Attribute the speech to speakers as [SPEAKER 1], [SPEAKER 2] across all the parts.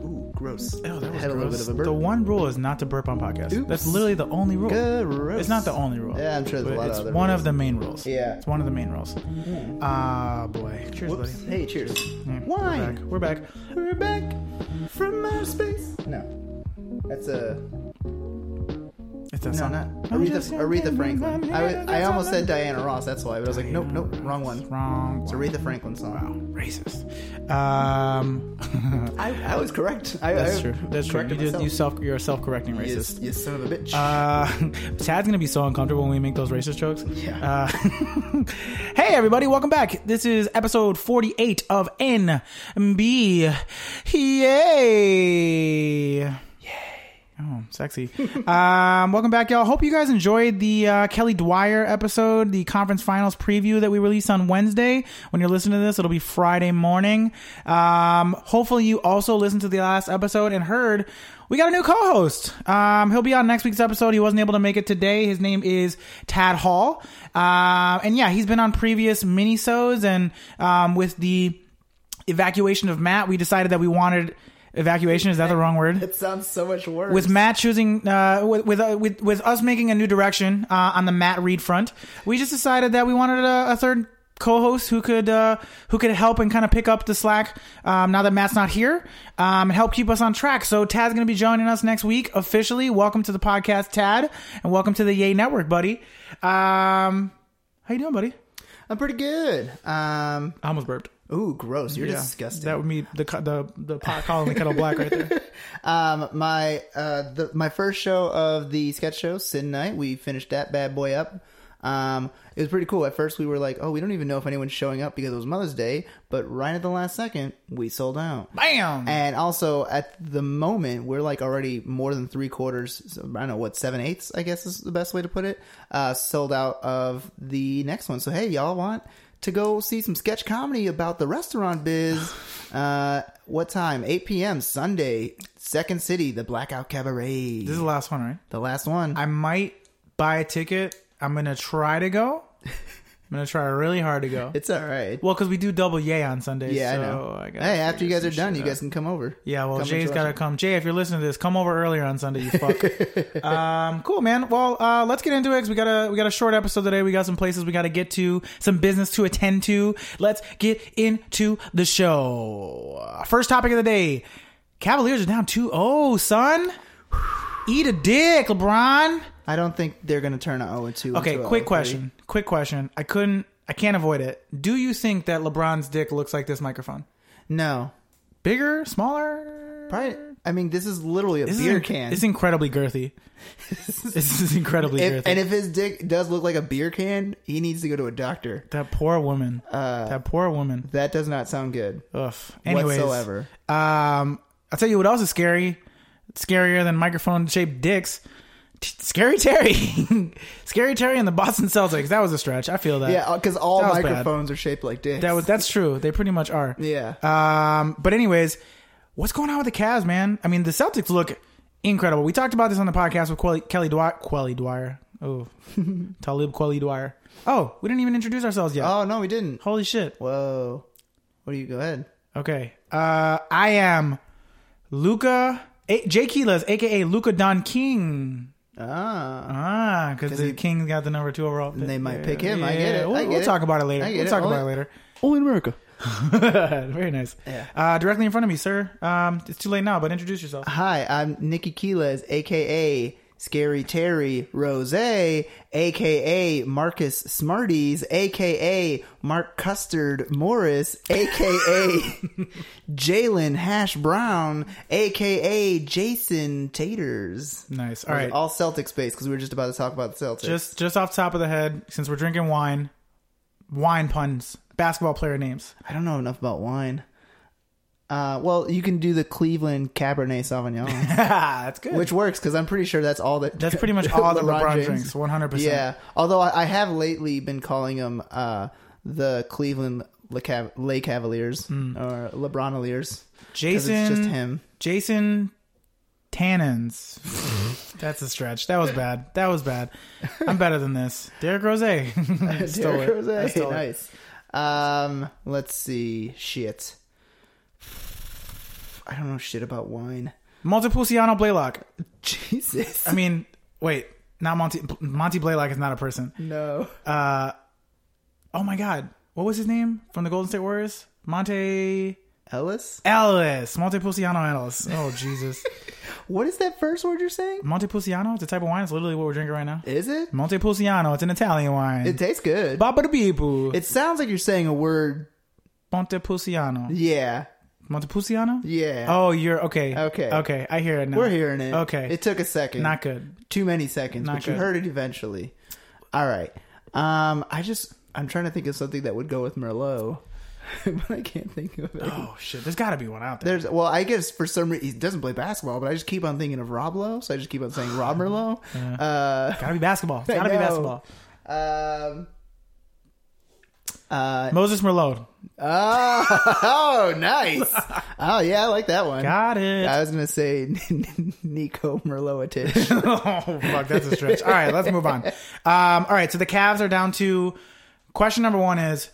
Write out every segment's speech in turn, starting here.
[SPEAKER 1] gross.
[SPEAKER 2] Oh, that was
[SPEAKER 1] Had a little bit
[SPEAKER 2] gross.
[SPEAKER 1] of a burp.
[SPEAKER 2] The one rule is not to burp on podcast. That's
[SPEAKER 1] Oops.
[SPEAKER 2] literally the only rule.
[SPEAKER 1] Gross.
[SPEAKER 2] It's not the only rule.
[SPEAKER 1] Yeah, I'm sure there's a
[SPEAKER 2] but
[SPEAKER 1] lot of
[SPEAKER 2] it's
[SPEAKER 1] other
[SPEAKER 2] one
[SPEAKER 1] rules.
[SPEAKER 2] of the main rules.
[SPEAKER 1] Yeah.
[SPEAKER 2] it's one of the main rules. Ah, boy. Cheers,
[SPEAKER 1] Whoops.
[SPEAKER 2] buddy.
[SPEAKER 1] Hey, cheers.
[SPEAKER 2] Mm,
[SPEAKER 1] Wine.
[SPEAKER 2] We're back. We're back. We're back from outer space.
[SPEAKER 1] No, that's a
[SPEAKER 2] It's that
[SPEAKER 1] no,
[SPEAKER 2] song.
[SPEAKER 1] not
[SPEAKER 2] I'm
[SPEAKER 1] Aretha,
[SPEAKER 2] just
[SPEAKER 1] Aretha
[SPEAKER 2] a-
[SPEAKER 1] Franklin. I, I almost said Diana Ross. That's why, but I was like, nope, nope, wrong one.
[SPEAKER 2] Wrong.
[SPEAKER 1] It's Aretha Franklin song.
[SPEAKER 2] Wow, racist. Um,
[SPEAKER 1] I, I was correct. I,
[SPEAKER 2] that's
[SPEAKER 1] I
[SPEAKER 2] true. That's true. You
[SPEAKER 1] corrected
[SPEAKER 2] did,
[SPEAKER 1] myself.
[SPEAKER 2] you self, you're a self-correcting
[SPEAKER 1] You,
[SPEAKER 2] racist.
[SPEAKER 1] you son of a bitch.
[SPEAKER 2] Uh, Tad's gonna be so uncomfortable when we make those racist jokes.
[SPEAKER 1] Yeah.
[SPEAKER 2] Uh, hey everybody, welcome back. This is episode forty-eight of NB. Yay! Yay! Oh, sexy. um, welcome back, y'all. Hope you guys enjoyed the uh, Kelly Dwyer episode, the conference finals preview that we released on Wednesday. When you're listening to this, it'll be Friday morning. Um, hopefully, you also listened to the last episode and heard we got a new co-host. Um, he'll be on next week's episode. He wasn't able to make it today. His name is Tad Hall, uh, and yeah, he's been on previous minisodes and um, with the evacuation of Matt, we decided that we wanted evacuation. Is that the wrong word?
[SPEAKER 1] it sounds so much worse.
[SPEAKER 2] with Matt choosing uh, with with, uh, with with us making a new direction uh, on the Matt Reed front, we just decided that we wanted a, a third co-host who could uh, who could help and kind of pick up the slack um, now that Matt's not here um, and help keep us on track. So Tad's going to be joining us next week officially. Welcome to the podcast, Tad, and welcome to the Yay Network, buddy. Um, how you doing, buddy?
[SPEAKER 1] I'm pretty good. Um,
[SPEAKER 2] I almost burped.
[SPEAKER 1] ooh, gross. You're
[SPEAKER 2] Yeah.
[SPEAKER 1] disgusting.
[SPEAKER 2] That would be the cu- the the pot calling the kettle black right there.
[SPEAKER 1] Um, my uh, the, my first show of the sketch show Sin Night, we finished that bad boy up. Um, it was pretty cool. At first, we were like, "Oh, we don't even know if anyone's showing up because it was Mother's Day," but right at the last second, we sold out.
[SPEAKER 2] Bam.
[SPEAKER 1] And also at the moment, we're like already more than three quarters. so I don't know what seven eighths, I guess is the best way to put it. Uh, sold out of the next one. So hey, y'all want to go see some sketch comedy about the restaurant biz? Uh, what time? 8 p.m. Sunday, Second City, the Blackout Cabaret.
[SPEAKER 2] This is the last one, right?
[SPEAKER 1] the last one.
[SPEAKER 2] I might buy a ticket. I'm gonna try to go. I'm gonna try really hard to go.
[SPEAKER 1] it's all right.
[SPEAKER 2] Well, because we do double yay on Sundays.
[SPEAKER 1] yeah,
[SPEAKER 2] so
[SPEAKER 1] I know.
[SPEAKER 2] I gotta
[SPEAKER 1] hey, after you
[SPEAKER 2] figure
[SPEAKER 1] guys are
[SPEAKER 2] some
[SPEAKER 1] done,
[SPEAKER 2] shit
[SPEAKER 1] you
[SPEAKER 2] out.
[SPEAKER 1] guys can come over.
[SPEAKER 2] Yeah, well,
[SPEAKER 1] Come
[SPEAKER 2] Jay's
[SPEAKER 1] to
[SPEAKER 2] got to
[SPEAKER 1] Russia.
[SPEAKER 2] come. Jay, if you're listening to this, come over earlier on Sunday. You fuck. um, cool, man. Well, uh, let's get into it. 'cause we got a we got a short episode today. We got some places we got to get to, some business to attend to. Let's get into the show. First topic of the day: Cavaliers are down 2-0, son. Eat a dick, LeBron.
[SPEAKER 1] I don't think they're gonna turn an 0 and 2.
[SPEAKER 2] Okay,
[SPEAKER 1] into a 0
[SPEAKER 2] quick
[SPEAKER 1] and 3.
[SPEAKER 2] question. Quick question. I couldn't. I can't avoid it. Do you think that LeBron's dick looks like this microphone?
[SPEAKER 1] No,
[SPEAKER 2] Bigger, smaller?
[SPEAKER 1] Probably. I mean, this is literally a
[SPEAKER 2] This is
[SPEAKER 1] beer
[SPEAKER 2] in-
[SPEAKER 1] can.
[SPEAKER 2] It's incredibly girthy. this is incredibly
[SPEAKER 1] If-
[SPEAKER 2] girthy.
[SPEAKER 1] and if his dick does look like a beer can, he needs to go to a doctor.
[SPEAKER 2] that poor woman.
[SPEAKER 1] Uh,
[SPEAKER 2] that poor woman.
[SPEAKER 1] That does not sound good
[SPEAKER 2] Ugh. Anyways,
[SPEAKER 1] whatsoever.
[SPEAKER 2] Um, I'll tell you what else is scary. Scarier than microphone shaped dicks. T- Scary Terry. Scary Terry and the Boston Celtics. That was a stretch. I feel that.
[SPEAKER 1] Yeah, because all
[SPEAKER 2] uh, That was bad.
[SPEAKER 1] microphones are shaped like dicks.
[SPEAKER 2] That was that's true. They pretty much are.
[SPEAKER 1] Yeah.
[SPEAKER 2] Um, but anyways, what's going on with the Cavs, man? I mean, the Celtics look incredible. We talked about this on the podcast with Quelly, Kelly Dwyer. Quelly Dwyer. Oh, Talib Quelly Dwyer. Oh, we didn't even introduce ourselves yet.
[SPEAKER 1] oh no, we didn't.
[SPEAKER 2] Holy shit.
[SPEAKER 1] Whoa. What do you go ahead?
[SPEAKER 2] Okay. Uh, I am Luca a- Jay Keelas, aka Luca Don King.
[SPEAKER 1] Ah,
[SPEAKER 2] Ah, because the
[SPEAKER 1] he-
[SPEAKER 2] King's got the number two overall. Pick.
[SPEAKER 1] they might pick him. I get it.
[SPEAKER 2] We'll,
[SPEAKER 1] I get
[SPEAKER 2] we'll
[SPEAKER 1] it.
[SPEAKER 2] talk about it later.
[SPEAKER 1] I get
[SPEAKER 2] We'll
[SPEAKER 1] it.
[SPEAKER 2] talk
[SPEAKER 1] Only-
[SPEAKER 2] about it later.
[SPEAKER 1] only in America.
[SPEAKER 2] Very nice.
[SPEAKER 1] Yeah.
[SPEAKER 2] Uh, directly in front of me, sir. Um, it's too late now, but introduce yourself.
[SPEAKER 1] Hi, I'm Nikki Keelas, aka Scary Terry Rose, aka Marcus Smarties, aka Mark Custard Morris, aka Jalen Hash Brown, aka Jason Taters.
[SPEAKER 2] Nice. All right.
[SPEAKER 1] All Celtic space because we were just about to talk about the Celtics.
[SPEAKER 2] Just just off the top of the head, since we're drinking wine, wine puns, basketball player names.
[SPEAKER 1] I don't know enough about wine. Uh, well, you can do the Cleveland Cabernet Sauvignon,
[SPEAKER 2] that's good.
[SPEAKER 1] which works because I'm pretty sure that's all that.
[SPEAKER 2] that's pretty much all that
[SPEAKER 1] LeBron
[SPEAKER 2] LeBron,
[SPEAKER 1] James.
[SPEAKER 2] drinks. One hundred percent.
[SPEAKER 1] Yeah. Although I, I have lately been calling them uh, the Cleveland Le Cav- Lay Cavaliers
[SPEAKER 2] Hmm.
[SPEAKER 1] or LeBronaliers. 'Cause
[SPEAKER 2] Jason.
[SPEAKER 1] It's just him.
[SPEAKER 2] Jason Tannins. that's a stretch. That was bad. That was bad. I'm better than this. Derek Rose. Derek
[SPEAKER 1] Derrick Rose. nice. Um, let's see. Shit. I don't know shit about wine.
[SPEAKER 2] Montepulciano Blaylock.
[SPEAKER 1] Jesus.
[SPEAKER 2] I mean, wait, not Monty. Monty Blaylock is not a person.
[SPEAKER 1] No.
[SPEAKER 2] Uh, oh my God, what was his name from the Golden State Warriors? Monte
[SPEAKER 1] Ellis?
[SPEAKER 2] Ellis, Montepulciano Ellis. Oh Jesus,
[SPEAKER 1] What is that first word you're saying?
[SPEAKER 2] Montepulciano. It's a type of wine. It's literally what we're drinking right now.
[SPEAKER 1] Is it?
[SPEAKER 2] Hmm. Montepulciano. It's an Italian wine.
[SPEAKER 1] It tastes good.
[SPEAKER 2] Baba the people.
[SPEAKER 1] It sounds like you're saying a word.
[SPEAKER 2] Montepulciano.
[SPEAKER 1] Yeah.
[SPEAKER 2] Montepulciano.
[SPEAKER 1] Yeah.
[SPEAKER 2] Oh, you're okay.
[SPEAKER 1] Okay.
[SPEAKER 2] Okay, I hear it now.
[SPEAKER 1] We're hearing it.
[SPEAKER 2] Oh. Okay.
[SPEAKER 1] It took a second.
[SPEAKER 2] Not good.
[SPEAKER 1] too many seconds,
[SPEAKER 2] Not
[SPEAKER 1] but you
[SPEAKER 2] good.
[SPEAKER 1] heard it eventually. All right. Um, I just I'm trying to think of something that would go with Merlot, but I can't think of it.
[SPEAKER 2] Oh shit, there's got to be one out there.
[SPEAKER 1] There's well, I guess for some reason he doesn't play basketball, but I just keep on thinking of Rob Lowe, so I just keep on saying Rob Merlot. Uh,
[SPEAKER 2] Gotta be basketball. It's
[SPEAKER 1] I
[SPEAKER 2] gotta be
[SPEAKER 1] know.
[SPEAKER 2] basketball.
[SPEAKER 1] um, uh,
[SPEAKER 2] Moses Merlot.
[SPEAKER 1] oh, nice. Oh yeah, I like that one.
[SPEAKER 2] Got it.
[SPEAKER 1] I was gonna say Nico Merlotitch.
[SPEAKER 2] oh fuck, that's a stretch. All right, let's move on. Um, all right, so the Cavs are down to question number one is: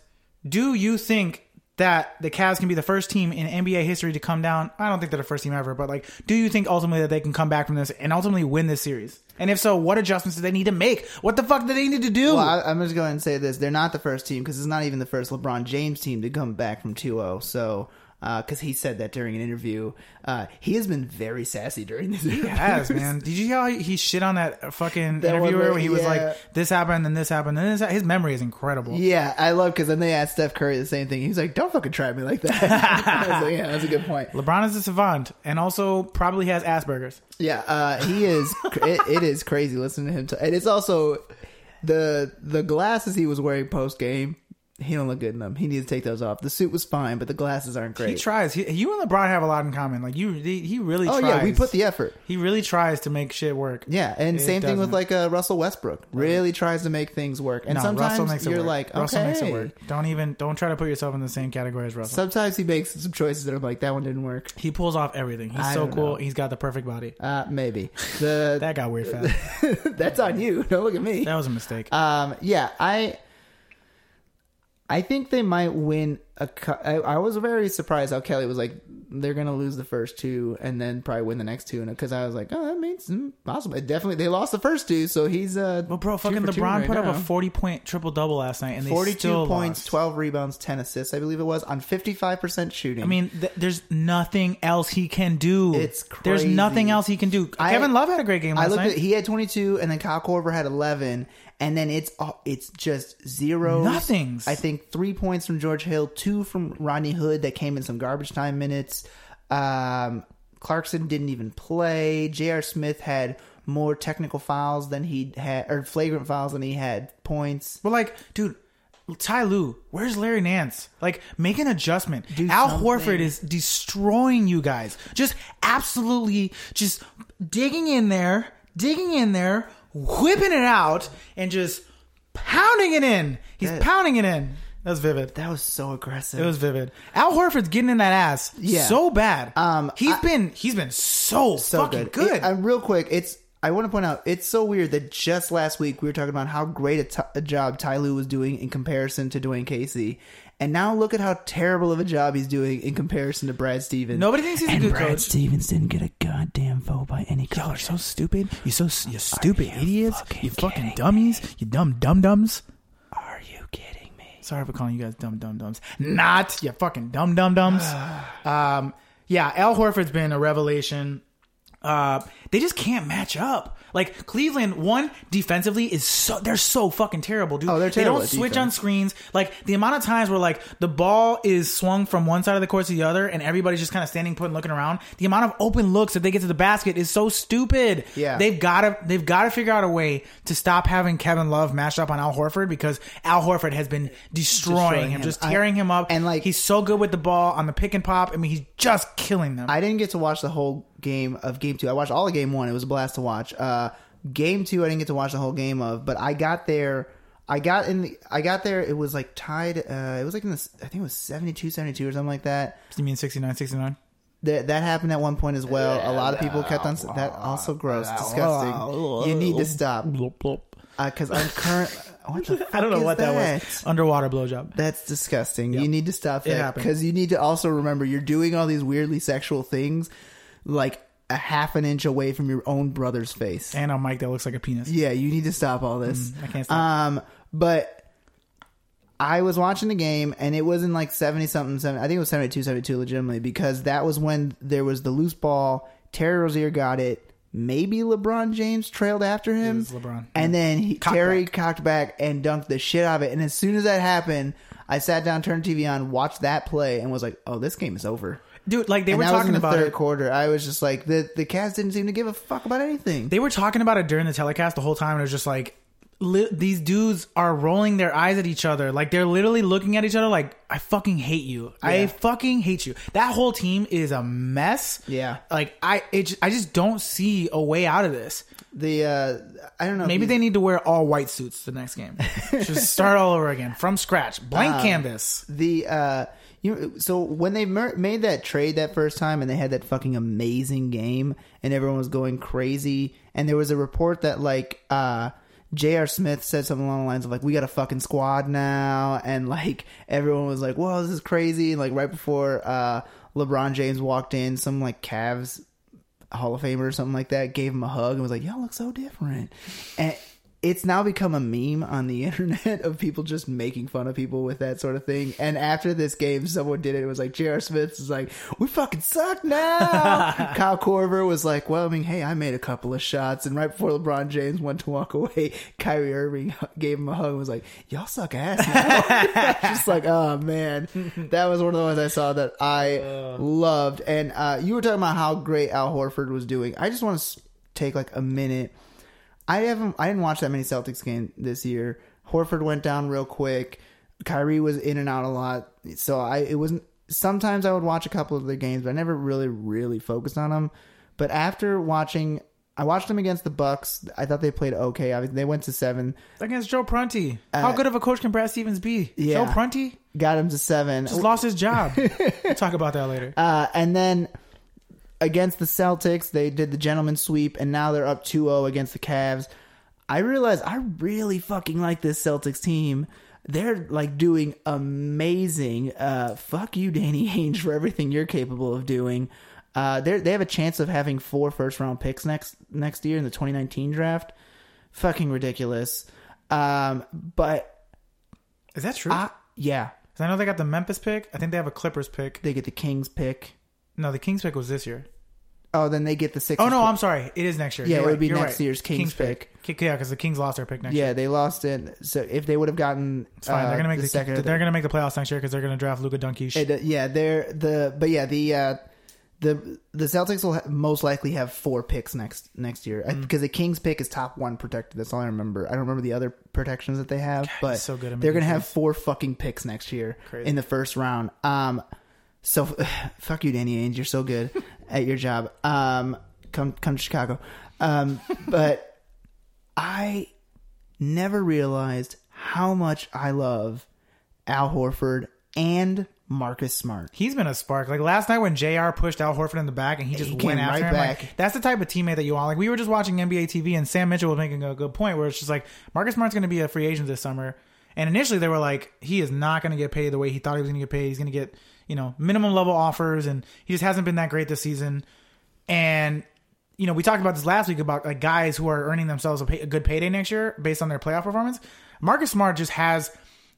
[SPEAKER 2] Do you think that the Cavs can be the first team in NBA history to come down? I don't think they're the first team ever, but like, do you think ultimately that they can come back from this and ultimately win this series? And if so, what adjustments do they need to make? What the fuck do they need to do?
[SPEAKER 1] Well, I, I'm just going to say this: they're not the first team because it's not even the first LeBron James team to come back from 2-0. So, because he said that during an interview, uh, he has been very sassy during this. interview.
[SPEAKER 2] Yes, man. Did you see how he shit on that fucking
[SPEAKER 1] That one
[SPEAKER 2] interviewer
[SPEAKER 1] where-
[SPEAKER 2] when he was
[SPEAKER 1] yeah.
[SPEAKER 2] like, "This happened, then this happened, then this." hap-" His memory is incredible.
[SPEAKER 1] Yeah, I love because then they asked Steph Curry the same thing. He was like, "Don't fucking try me like that." I was like, yeah, that's a good point.
[SPEAKER 2] LeBron is a savant and also probably has Asperger's.
[SPEAKER 1] Yeah, uh, he is. cr- it, it is crazy listening to him. T- and it's also the the glasses he was wearing post game. He don't look good in them. He needs to take those off. The suit was fine, but the glasses aren't
[SPEAKER 2] He
[SPEAKER 1] great.
[SPEAKER 2] tries. He, you and LeBron have a lot in common. Like you, he he really.
[SPEAKER 1] oh
[SPEAKER 2] tries.
[SPEAKER 1] yeah, we put the effort.
[SPEAKER 2] He really tries to make shit work.
[SPEAKER 1] Yeah, and
[SPEAKER 2] It
[SPEAKER 1] same thing with
[SPEAKER 2] doesn't.
[SPEAKER 1] like uh, Russell Westbrook. Really tries to make things work, and
[SPEAKER 2] No, Russell
[SPEAKER 1] sometimes
[SPEAKER 2] makes it
[SPEAKER 1] you're
[SPEAKER 2] work.
[SPEAKER 1] like, okay.
[SPEAKER 2] Russell makes it work. Don't even. Don't try to put yourself in the same category as Russell.
[SPEAKER 1] Sometimes he makes some choices that are like that one didn't work.
[SPEAKER 2] he pulls off everything. He's
[SPEAKER 1] I
[SPEAKER 2] so
[SPEAKER 1] don't
[SPEAKER 2] cool.
[SPEAKER 1] know.
[SPEAKER 2] He's got the perfect body.
[SPEAKER 1] Uh, maybe the
[SPEAKER 2] That got weird fast.
[SPEAKER 1] that's on you. Don't look at me.
[SPEAKER 2] that was a mistake.
[SPEAKER 1] Um, yeah, I I think they might win a. cu- I, I was very surprised how Kelly was like they're gonna lose the first two and then probably win the next two, and because I was like, oh, that means mm, possible. It definitely, they lost the first two, so he's uh.
[SPEAKER 2] well, bro,
[SPEAKER 1] two
[SPEAKER 2] fucking
[SPEAKER 1] for two
[SPEAKER 2] LeBron
[SPEAKER 1] right
[SPEAKER 2] put up
[SPEAKER 1] now.
[SPEAKER 2] a forty-point triple-double last night, and they
[SPEAKER 1] 42
[SPEAKER 2] still
[SPEAKER 1] points,
[SPEAKER 2] lost.
[SPEAKER 1] 12 rebounds, 10 assists, I believe it was, on 55% shooting.
[SPEAKER 2] I mean, th- there's nothing else he can do.
[SPEAKER 1] It's
[SPEAKER 2] There's
[SPEAKER 1] crazy.
[SPEAKER 2] nothing else he can do.
[SPEAKER 1] I-
[SPEAKER 2] Kevin Love had a great game
[SPEAKER 1] I
[SPEAKER 2] last
[SPEAKER 1] looked
[SPEAKER 2] night.
[SPEAKER 1] at he had 22 and then Kyle Korver had 11 and then it's all- it's just zero
[SPEAKER 2] Nothings.
[SPEAKER 1] I think 3 points from George Hill, 2 from Rodney Hood that came in some garbage time minutes. Um Clarkson didn't even play. J.R. Smith had more technical fouls than he had or flagrant fouls than he had points.
[SPEAKER 2] But like, dude, Ty Lue, where's Larry Nance? Like, make an adjustment.
[SPEAKER 1] Do
[SPEAKER 2] Al
[SPEAKER 1] something.
[SPEAKER 2] Horford is destroying you guys. Just absolutely, just digging in there, digging in there, whipping it out, and just pounding it in. He's
[SPEAKER 1] That-
[SPEAKER 2] pounding it in. That was vivid.
[SPEAKER 1] That was so aggressive.
[SPEAKER 2] It was vivid. Al Horford's getting in that ass
[SPEAKER 1] Yeah.
[SPEAKER 2] so bad.
[SPEAKER 1] Um,
[SPEAKER 2] he's
[SPEAKER 1] I-
[SPEAKER 2] been he's been so,
[SPEAKER 1] so
[SPEAKER 2] fucking
[SPEAKER 1] good.
[SPEAKER 2] good.
[SPEAKER 1] It- uh, real quick, it's I want to point out it's so weird that just last week we were talking about how great a, t- a job Ty Lue was doing in comparison to Dwayne Casey, and now look at how terrible of a job he's doing in comparison to Brad Stevens.
[SPEAKER 2] Nobody thinks he's a
[SPEAKER 1] and
[SPEAKER 2] good
[SPEAKER 1] Brad
[SPEAKER 2] coach.
[SPEAKER 1] Stevens didn't get a goddamn vote by any coach.
[SPEAKER 2] so stupid. You so you stupid idiots. you fucking dummies. You dumb dum dums.
[SPEAKER 1] Are you kidding me?
[SPEAKER 2] Sorry for calling you guys dumb dum dums. Not you fucking dumb dum dums. um, yeah, Al Horford's been a revelation. Uh, they just can't match up. Like Cleveland, one defensively is so they're so fucking terrible, dude.
[SPEAKER 1] Oh, they're terrible
[SPEAKER 2] They don't
[SPEAKER 1] at
[SPEAKER 2] switch on
[SPEAKER 1] defense.
[SPEAKER 2] screens. Like the amount of times where like the ball is swung from one side of the court to the other, and everybody's just kind of standing put and looking around. The amount of open looks that they get to the basket is so stupid.
[SPEAKER 1] Yeah.
[SPEAKER 2] they've got to they've got to figure out a way to stop having Kevin Love match up on Al Horford because Al Horford has been destroying,
[SPEAKER 1] Destroying
[SPEAKER 2] him,
[SPEAKER 1] him.
[SPEAKER 2] just
[SPEAKER 1] I-
[SPEAKER 2] tearing him up,
[SPEAKER 1] and, like-
[SPEAKER 2] he's so good with the ball on the pick and pop. I mean, he's just killing them.
[SPEAKER 1] I didn't get to watch the whole game of game two. I watched all of game one. It was a blast to watch. Uh, game two, I didn't get to watch the whole game of, but I got there. I got in. The, I got there. It was like tied. Uh, it was like in the. s- I think it was 72, 72 or something like that.
[SPEAKER 2] you mean 69, 69?
[SPEAKER 1] That that happened at one point as well. A lot of people kept on. s- That also gross, disgusting. You need to stop because uh, I'm current. What the
[SPEAKER 2] I don't know
[SPEAKER 1] fuck
[SPEAKER 2] what
[SPEAKER 1] is
[SPEAKER 2] that, was. Underwater blowjob.
[SPEAKER 1] That's disgusting. You need to stop
[SPEAKER 2] It
[SPEAKER 1] that
[SPEAKER 2] happened.
[SPEAKER 1] because you need to also remember you're doing all these weirdly sexual things, like a half an inch away from your own brother's face.
[SPEAKER 2] And on Mike, that looks like a penis.
[SPEAKER 1] Yeah, you need to stop all this.
[SPEAKER 2] I can't stop.
[SPEAKER 1] Um, but I was watching the game and it was in like 70 something, 70, I think it was 72, 72 legitimately, because that was when there was the loose ball. Terry Rozier got it. Maybe LeBron James trailed after him.
[SPEAKER 2] was LeBron.
[SPEAKER 1] And then he, Terry cocked back and dunked the shit out of it. And as soon as that happened, I sat down, turned TV on, watched that play, and was like, oh, this game is over.
[SPEAKER 2] Dude, like they
[SPEAKER 1] And
[SPEAKER 2] were
[SPEAKER 1] that was in
[SPEAKER 2] talking
[SPEAKER 1] the
[SPEAKER 2] about
[SPEAKER 1] third
[SPEAKER 2] it.
[SPEAKER 1] quarter. I was just like, the, the Cavs didn't seem to give a fuck about anything.
[SPEAKER 2] They were talking about it during the telecast the whole time, and it was just like li- these dudes are rolling their eyes at each other. Like they're literally looking at each other like, I fucking hate you. I
[SPEAKER 1] Yeah.
[SPEAKER 2] fucking hate you. That whole team is a mess.
[SPEAKER 1] Yeah.
[SPEAKER 2] Like I it ju- I just don't see a way out of this.
[SPEAKER 1] the uh, I don't know. if
[SPEAKER 2] Maybe
[SPEAKER 1] you-
[SPEAKER 2] they need to wear all white suits the next game. Just start all over again from scratch, blank
[SPEAKER 1] Um,
[SPEAKER 2] canvas.
[SPEAKER 1] the uh you so when they mer- made that trade that first time and they had that fucking amazing game and everyone was going crazy and there was a report that like uh J.R. Smith said something along the lines of like we got a fucking squad now and like everyone was like whoa this is crazy and like right before uh LeBron James walked in some like Cavs Hall of Famer or something like that gave him a hug and was like, "Y'all look so different." And it's now become a meme on the internet of people just making fun of people with that sort of thing. And after this game, someone did it. It was like J.R. Smith is like, "We fucking suck now." Kyle Korver was like, "Well, I mean, hey, I made a couple of shots." And right before LeBron James went to walk away, Kyrie Irving gave him a hug and was like, "Y'all suck ass now." just like, oh man, that was one of the ones I saw that I loved. And uh, you were talking about how great Al Horford was doing. I just want to take like a minute. I haven't, I didn't watch that many Celtics game this year. Horford went down real quick. Kyrie was in and out a lot, so I it wasn't. Sometimes I would watch a couple of their games, but I never really, really focused on them. But after watching, I watched them against the Bucks. I thought they played okay. I mean, they went to seven,
[SPEAKER 2] Against Joe Prunty. How good of a coach can Brad Stevens be?
[SPEAKER 1] uh, yeah.
[SPEAKER 2] Joe Prunty
[SPEAKER 1] got him to seven.
[SPEAKER 2] just lost his job. we'll talk about that later.
[SPEAKER 1] Uh, and then against the Celtics, they did the gentleman sweep, and now they're up 2 0 against the Cavs. I realize I really fucking like this Celtics team. They're like doing amazing. Uh, fuck you, Danny Ainge, for everything you're capable of doing. Uh, they they have a chance of having four first round picks next next year in the 2019 draft. Fucking ridiculous. Um, but
[SPEAKER 2] Is that true?
[SPEAKER 1] I, yeah,
[SPEAKER 2] 'Cause I know they got the Memphis pick. I think they have a Clippers pick.
[SPEAKER 1] they get the Kings pick.
[SPEAKER 2] No, the Kings pick was this year.
[SPEAKER 1] Oh, then they get the six.
[SPEAKER 2] Oh no, I'm sorry. It is next year.
[SPEAKER 1] Yeah,
[SPEAKER 2] You're
[SPEAKER 1] it would
[SPEAKER 2] right.
[SPEAKER 1] be
[SPEAKER 2] You're
[SPEAKER 1] next
[SPEAKER 2] right.
[SPEAKER 1] year's Kings
[SPEAKER 2] Ki- Yeah, because the Kings lost their pick next year.
[SPEAKER 1] Yeah, they lost it. So if they would have gotten,
[SPEAKER 2] It's fine.
[SPEAKER 1] uh,
[SPEAKER 2] they're gonna make
[SPEAKER 1] the
[SPEAKER 2] the,
[SPEAKER 1] second.
[SPEAKER 2] they're gonna make the playoffs next year because they're gonna draft Luka Doncic.
[SPEAKER 1] it, uh, yeah, they're the but yeah the uh, the the Celtics will ha- most likely have four picks next next year
[SPEAKER 2] Hmm.
[SPEAKER 1] because the Kings pick is top one protected. That's all I remember. I don't remember the other protections that they have, but
[SPEAKER 2] so good at
[SPEAKER 1] they're
[SPEAKER 2] making
[SPEAKER 1] gonna have four fucking picks next year
[SPEAKER 2] Crazy.
[SPEAKER 1] in the first round. Um, so fuck you, Danny Ainge. You're so good at your job. Um, come come to Chicago. Um, but. I never realized how much I love Al Horford and Marcus Smart.
[SPEAKER 2] He's been a spark. Like last night when Jr. pushed Al Horford in the back and he just
[SPEAKER 1] He came
[SPEAKER 2] went after
[SPEAKER 1] right
[SPEAKER 2] him. Like,
[SPEAKER 1] back.
[SPEAKER 2] that's the type of teammate that you want. Like we were just watching NBA TV and Sam Mitchell was making a good point where it's just like Marcus Smart's going to be a free agent this summer. And initially they were like, he is not going to get paid the way he thought he was going to get paid. He's going to get you know minimum level offers, and he just hasn't been that great this season. And you know we talked about this last week about like guys who are earning themselves a, pay- a good payday next year based on their playoff performance. Marcus Smart just has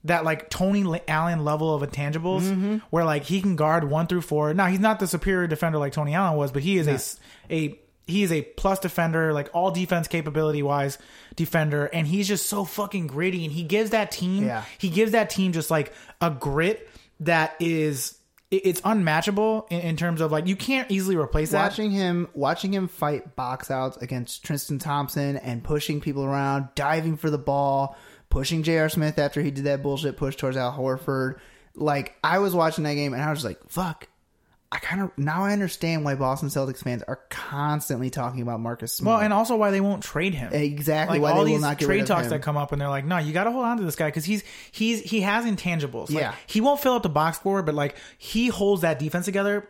[SPEAKER 2] that like Tony Le- Allen level of intangibles, where like he can guard one through four. Now he's not the superior defender like Tony Allen was, but he is a s a a he is a plus defender, like all defense capability wise defender, and he's just so fucking gritty, and he gives that team
[SPEAKER 1] Yeah.
[SPEAKER 2] he gives that team just like a grit that is it- it's unmatchable in, in terms of like you can't easily replace that.
[SPEAKER 1] Watching him, watching him fight box outs against Tristan Thompson and pushing people around, diving for the ball, pushing J.R. Smith after he did that bullshit push towards Al Horford. Like I was watching that game and I was just like, "Fuck." I kind of now I understand why Boston Celtics fans are constantly talking about Marcus Smart.
[SPEAKER 2] Well, and also why they won't trade him.
[SPEAKER 1] Exactly,
[SPEAKER 2] Like
[SPEAKER 1] why they
[SPEAKER 2] all
[SPEAKER 1] will
[SPEAKER 2] these
[SPEAKER 1] not get
[SPEAKER 2] trade
[SPEAKER 1] rid of
[SPEAKER 2] talks
[SPEAKER 1] him.
[SPEAKER 2] that come up, and they're like, "No, you got to hold on to this guy because he's he's he has intangibles. Like,
[SPEAKER 1] Yeah.
[SPEAKER 2] he won't fill up the box score, but like he holds that defense together."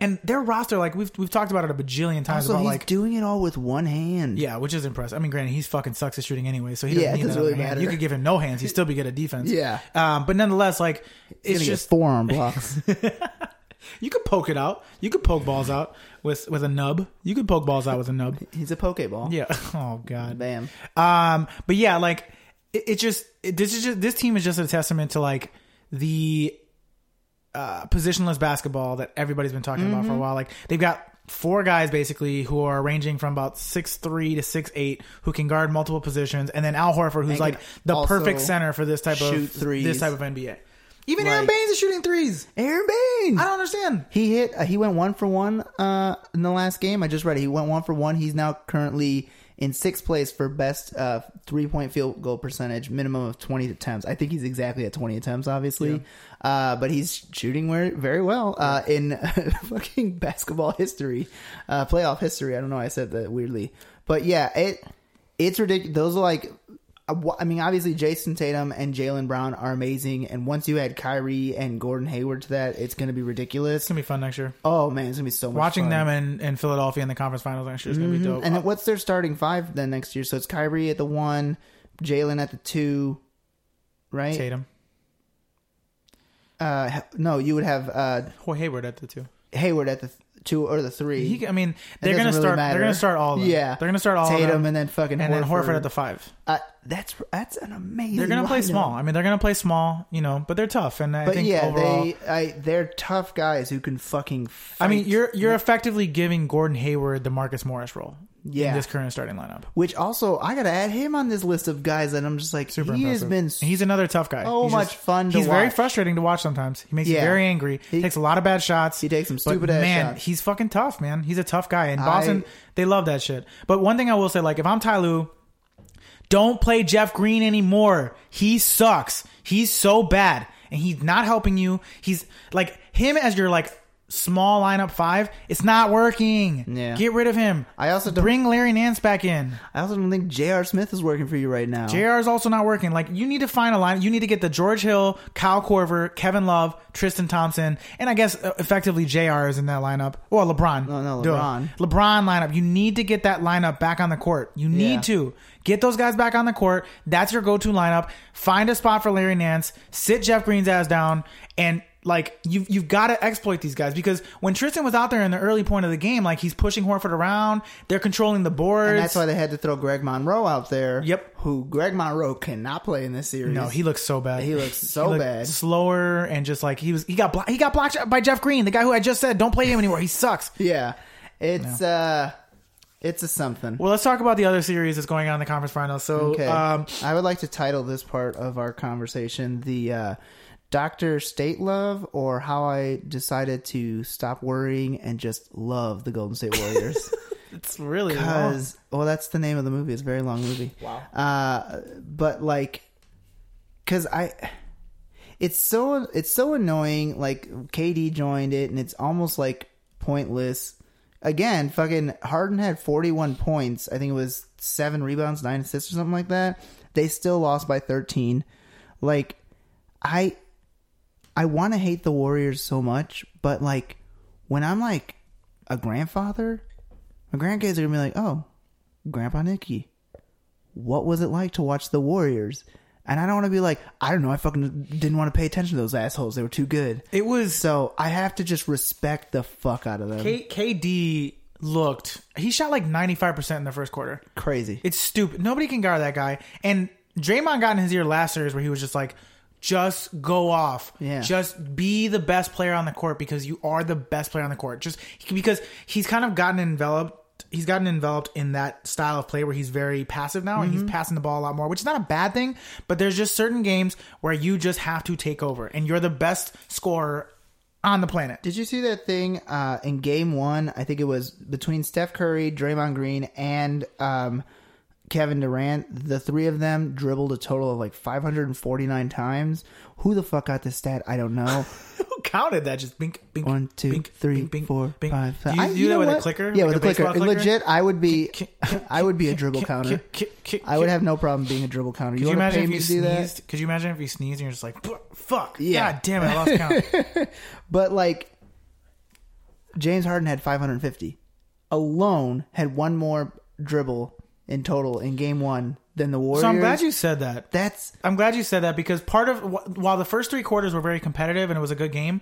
[SPEAKER 2] and their roster, like we've we've talked about it a bajillion times
[SPEAKER 1] Also,
[SPEAKER 2] about
[SPEAKER 1] he's
[SPEAKER 2] like
[SPEAKER 1] doing it all with one hand.
[SPEAKER 2] yeah, which is impressive. I mean, granted, he's fucking sucks at shooting anyway, so he doesn't
[SPEAKER 1] Yeah, it
[SPEAKER 2] need
[SPEAKER 1] doesn't
[SPEAKER 2] that
[SPEAKER 1] really
[SPEAKER 2] other hand.
[SPEAKER 1] matter.
[SPEAKER 2] You could give him no hands; he'd still be good at defense.
[SPEAKER 1] Yeah.
[SPEAKER 2] um, but nonetheless, like
[SPEAKER 1] He's
[SPEAKER 2] it's
[SPEAKER 1] gonna
[SPEAKER 2] just
[SPEAKER 1] get forearm blocks.
[SPEAKER 2] you could poke it out. You could poke balls out with with a nub. You could poke balls out with a nub.
[SPEAKER 1] he's a pokeball.
[SPEAKER 2] Yeah. Oh god.
[SPEAKER 1] Bam.
[SPEAKER 2] Um, but yeah, like it, it just it, this is just this team is just a testament to like the uh, positionless basketball that everybody's been talking about for a
[SPEAKER 1] Mm-hmm.
[SPEAKER 2] while. Like they've got four guys basically who are ranging from about six three to six eight who can guard multiple positions, and then Al Horford who's
[SPEAKER 1] And
[SPEAKER 2] like
[SPEAKER 1] can
[SPEAKER 2] the
[SPEAKER 1] also
[SPEAKER 2] perfect center for this type
[SPEAKER 1] shoot
[SPEAKER 2] of this
[SPEAKER 1] threes.
[SPEAKER 2] type of NBA. Even Aaron
[SPEAKER 1] Like-
[SPEAKER 2] Baines is shooting threes.
[SPEAKER 1] Aaron Baines.
[SPEAKER 2] I don't understand.
[SPEAKER 1] He hit. Uh, he went one for one uh, in the last game. I just read it. He went one for one. He's now currently in sixth place for best uh, three point field goal percentage, minimum of twenty attempts. I think he's exactly at twenty attempts, obviously. Uh, but he's shooting where, very well uh, in fucking basketball history, uh, playoff history. I don't know. why I said that weirdly, but yeah, it it's ridiculous. Those are like. I wa- I mean, obviously, Jason Tatum and Jalen Brown are amazing, and once you add Kyrie and Gordon Hayward to that, it's going to be ridiculous.
[SPEAKER 2] It's gonna be fun next year.
[SPEAKER 1] Oh man, it's gonna be so much
[SPEAKER 2] Watching
[SPEAKER 1] fun. Mm-hmm.
[SPEAKER 2] them in, in Philadelphia in the conference finals next year is gonna be dope.
[SPEAKER 1] And then what's their starting five then next year? So it's Kyrie at the one, Jalen at the two, right?
[SPEAKER 2] Tatum,
[SPEAKER 1] Uh, ha- no, you would have uh,
[SPEAKER 2] Hoy Hayward at the two.
[SPEAKER 1] Hayward at the th- two or the three.
[SPEAKER 2] He, I mean, they're
[SPEAKER 1] doesn't
[SPEAKER 2] gonna
[SPEAKER 1] really
[SPEAKER 2] start.
[SPEAKER 1] matter.
[SPEAKER 2] They're gonna start all. Of them.
[SPEAKER 1] Yeah.
[SPEAKER 2] they're gonna start all of
[SPEAKER 1] Tatum
[SPEAKER 2] them,
[SPEAKER 1] and then fucking
[SPEAKER 2] and then
[SPEAKER 1] Horford.
[SPEAKER 2] Horford at the five.
[SPEAKER 1] uh, that's that's an amazing.
[SPEAKER 2] They're gonna play
[SPEAKER 1] lineup.
[SPEAKER 2] small. I mean, they're gonna play small. You know, but they're tough. And I
[SPEAKER 1] but
[SPEAKER 2] think
[SPEAKER 1] yeah,
[SPEAKER 2] overall,
[SPEAKER 1] they I, they're tough guys who can fucking. Fight,
[SPEAKER 2] I mean, you're you're effectively giving Gordon Hayward the Marcus Morris role.
[SPEAKER 1] Yeah.
[SPEAKER 2] in this current starting lineup.
[SPEAKER 1] which also I gotta add him on this list of guys that I'm just like
[SPEAKER 2] Super
[SPEAKER 1] he
[SPEAKER 2] impressive.
[SPEAKER 1] has been.
[SPEAKER 2] he's another tough guy.
[SPEAKER 1] so
[SPEAKER 2] he's
[SPEAKER 1] much fun to
[SPEAKER 2] he's very
[SPEAKER 1] watch.
[SPEAKER 2] frustrating to watch sometimes. He makes you
[SPEAKER 1] Yeah.
[SPEAKER 2] very angry.
[SPEAKER 1] He-
[SPEAKER 2] takes a lot of bad shots.
[SPEAKER 1] he takes some
[SPEAKER 2] but
[SPEAKER 1] stupid-ass
[SPEAKER 2] man,
[SPEAKER 1] shots.
[SPEAKER 2] he's fucking tough, man. He's a tough guy. And
[SPEAKER 1] I-
[SPEAKER 2] Boston, they love that shit. But one thing I will say, like if I'm Ty Lue, don't play Jeff Green anymore. He sucks. He's so bad, and he's not helping you. He's like him as your like small lineup five. It's not working.
[SPEAKER 1] Yeah.
[SPEAKER 2] get rid of him.
[SPEAKER 1] I also don't.
[SPEAKER 2] Bring Larry Nance back in.
[SPEAKER 1] I also don't think J.R. Smith is working for you right now.
[SPEAKER 2] JR is also not working. Like you need to find a line. You need to get the George Hill, Kyle Corver, Kevin Love, Tristan Thompson, and I guess uh, effectively JR is in that lineup. Well, LeBron.
[SPEAKER 1] No, no,
[SPEAKER 2] Duh.
[SPEAKER 1] LeBron.
[SPEAKER 2] LeBron lineup. You need to get that lineup back on the court. You need
[SPEAKER 1] Yeah.
[SPEAKER 2] to get those guys back on the court. That's your go-to lineup. Find a spot for Larry Nance. Sit Jeff Green's ass down and. Like you, have you've got to exploit these guys because when Tristan was out there in the early point of the game, like he's pushing Horford around, they're controlling the boards.
[SPEAKER 1] And that's why they had to throw Greg Monroe out there.
[SPEAKER 2] Yep.
[SPEAKER 1] Who Greg Monroe cannot play in this series.
[SPEAKER 2] No, he looks so bad.
[SPEAKER 1] He looks so
[SPEAKER 2] looked
[SPEAKER 1] bad.
[SPEAKER 2] Slower and just like he was. He got blo- he got blocked by Jeff Green, the guy who I just said don't play him anymore. He sucks.
[SPEAKER 1] Yeah. It's uh it's a something.
[SPEAKER 2] Well, let's talk about the other series that's going on in the conference finals. So,
[SPEAKER 1] okay.
[SPEAKER 2] um,
[SPEAKER 1] I would like to title this part of our conversation the uh Dr. State Love or how I decided to stop worrying and just love the Golden State Warriors.
[SPEAKER 2] it's really long.
[SPEAKER 1] Because well, that's the name of the movie. It's a very long movie.
[SPEAKER 2] Wow.
[SPEAKER 1] Uh, but like, because I, it's so it's so annoying. Like KD joined it, and it's almost like pointless. Again, fucking Harden had forty one points. I think it was seven rebounds, nine assists, or something like that. They still lost by thirteen. Like, I I want to hate the Warriors so much, but like when I'm like a grandfather, my grandkids are gonna be like, "Oh, Grandpa Nicky, what was it like to watch the Warriors?" And I don't want to be like, "I don't know, I fucking didn't want to pay attention to those assholes. They were too good."
[SPEAKER 2] It was
[SPEAKER 1] So I have to just respect the fuck out of them.
[SPEAKER 2] K- KD looked. He shot like ninety five percent in the first quarter.
[SPEAKER 1] Crazy.
[SPEAKER 2] It's stupid. Nobody can guard that guy. And Draymond got in his ear last series where he was just like, just go off.
[SPEAKER 1] Yeah.
[SPEAKER 2] Just be the best player on the court because you are the best player on the court. Just because he's kind of gotten enveloped. He's gotten enveloped in that style of play where he's very passive now and he's passing the ball a lot more, which is not a bad thing. But there's just certain games where you just have to take over and you're the best scorer on the planet.
[SPEAKER 1] Did you see that thing uh, in Game One? I think it was between Steph Curry, Draymond Green, and um, Kevin Durant. The three of them dribbled a total of like 549 times. Who the fuck got this stat? I don't know.
[SPEAKER 2] Who counted that? Just bink, bink,
[SPEAKER 1] One, two,
[SPEAKER 2] bink,
[SPEAKER 1] three,
[SPEAKER 2] bink, bink,
[SPEAKER 1] four,
[SPEAKER 2] bink.
[SPEAKER 1] five,
[SPEAKER 2] Do
[SPEAKER 1] seven.
[SPEAKER 2] you,
[SPEAKER 1] I-
[SPEAKER 2] do
[SPEAKER 1] you
[SPEAKER 2] that
[SPEAKER 1] know
[SPEAKER 2] with a
[SPEAKER 1] what?
[SPEAKER 2] clicker?
[SPEAKER 1] Yeah,
[SPEAKER 2] Like
[SPEAKER 1] with a clicker.
[SPEAKER 2] baseball
[SPEAKER 1] Legit, I would be,
[SPEAKER 2] Kick, kick,
[SPEAKER 1] I would be a
[SPEAKER 2] kick,
[SPEAKER 1] dribble
[SPEAKER 2] kick,
[SPEAKER 1] counter.
[SPEAKER 2] kick, kick, kick,
[SPEAKER 1] I would
[SPEAKER 2] kick.
[SPEAKER 1] have no problem being a dribble counter. You,
[SPEAKER 2] Could you
[SPEAKER 1] want to
[SPEAKER 2] imagine
[SPEAKER 1] pay
[SPEAKER 2] if
[SPEAKER 1] me
[SPEAKER 2] you
[SPEAKER 1] to do that?
[SPEAKER 2] sneezed? Could you imagine if you sneezed and you're just like, "Fuck,
[SPEAKER 1] Yeah.
[SPEAKER 2] god damn it, I lost count."
[SPEAKER 1] But like, James Harden had 550. Alone had one more dribble in total in game one than the Warriors.
[SPEAKER 2] So I'm glad you said that.
[SPEAKER 1] That's
[SPEAKER 2] I'm glad you said that because part of wh- while the first three quarters were very competitive and it was a good game,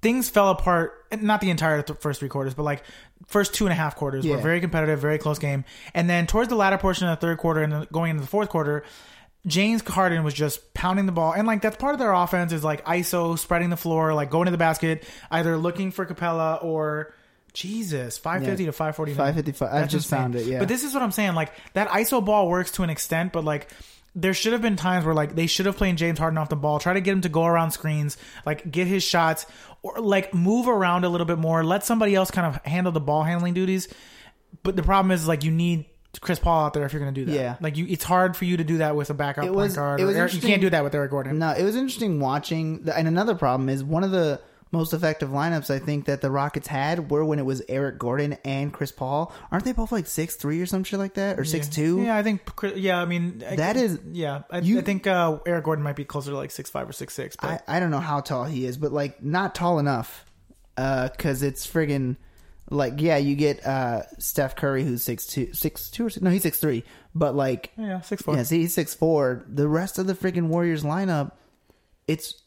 [SPEAKER 2] things fell apart. and Not the entire th- first three quarters, but like first two and a half quarters were
[SPEAKER 1] Yeah.
[SPEAKER 2] very competitive, very close game. And then towards the latter portion of the third quarter and then going into the fourth quarter, James Harden was just pounding the ball, and like that's part of their offense is like ISO, spreading the floor, like going to the basket, either looking for Capella or. Jesus, five fifty to five forty nine.
[SPEAKER 1] 555. I
[SPEAKER 2] That's
[SPEAKER 1] just
[SPEAKER 2] insane.
[SPEAKER 1] found it. Yeah.
[SPEAKER 2] But this is what I'm saying. Like that ISO ball works to an extent, but like there should have been times where like they should have played James Harden off the ball, try to get him to go around screens, like get his shots, or like move around a little bit more, let somebody else kind of handle the ball handling duties. But the problem is like you need Chris Paul out there if you're going to do that.
[SPEAKER 1] Yeah.
[SPEAKER 2] Like you, it's hard for you to do that with a backup
[SPEAKER 1] It
[SPEAKER 2] point
[SPEAKER 1] was-
[SPEAKER 2] guard.
[SPEAKER 1] it
[SPEAKER 2] or
[SPEAKER 1] was
[SPEAKER 2] Eric- you
[SPEAKER 1] interesting-
[SPEAKER 2] can't do that with Eric Gordon.
[SPEAKER 1] No, it was interesting watching. The, and another problem is one of the most effective lineups I think that the Rockets had were when it was Eric Gordon and Chris Paul. Aren't they both like six three or some shit like that, or six two?
[SPEAKER 2] Yeah, I think. Chris- Yeah, I mean I-
[SPEAKER 1] That is-
[SPEAKER 2] Yeah, I,
[SPEAKER 1] you-
[SPEAKER 2] I think uh, Eric Gordon might be closer to like six five or six six. But
[SPEAKER 1] I, I don't know how tall he is, but like not tall enough. Uh, cause it's friggin' like yeah, you get uh Steph Curry who's six two, six two or six, no, he's six three, but like
[SPEAKER 2] yeah, six four.
[SPEAKER 1] yeah, see, he's six four. The rest of the friggin' Warriors lineup, it's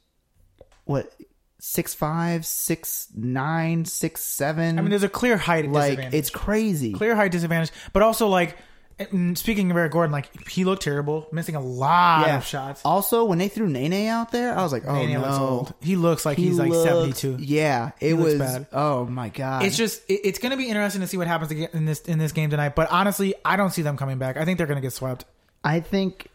[SPEAKER 1] what six five, six nine, six seven.
[SPEAKER 2] I mean, there's a clear height
[SPEAKER 1] like
[SPEAKER 2] disadvantage.
[SPEAKER 1] it's crazy.
[SPEAKER 2] clear height disadvantage, but also like mm, speaking of Eric Gordon, like he looked terrible, missing a lot of shots.
[SPEAKER 1] Also, when they threw Nene out there, I was like, oh
[SPEAKER 2] Nene
[SPEAKER 1] no,
[SPEAKER 2] looks old. He looks like
[SPEAKER 1] He
[SPEAKER 2] he's like
[SPEAKER 1] looked-
[SPEAKER 2] seventy two.
[SPEAKER 1] Yeah, it
[SPEAKER 2] looks
[SPEAKER 1] was.
[SPEAKER 2] bad.
[SPEAKER 1] Oh my god,
[SPEAKER 2] It's just it, it's going to be interesting to see what happens again in this in this game tonight. But honestly, I don't see them coming back. I think they're going to get swept.
[SPEAKER 1] I think,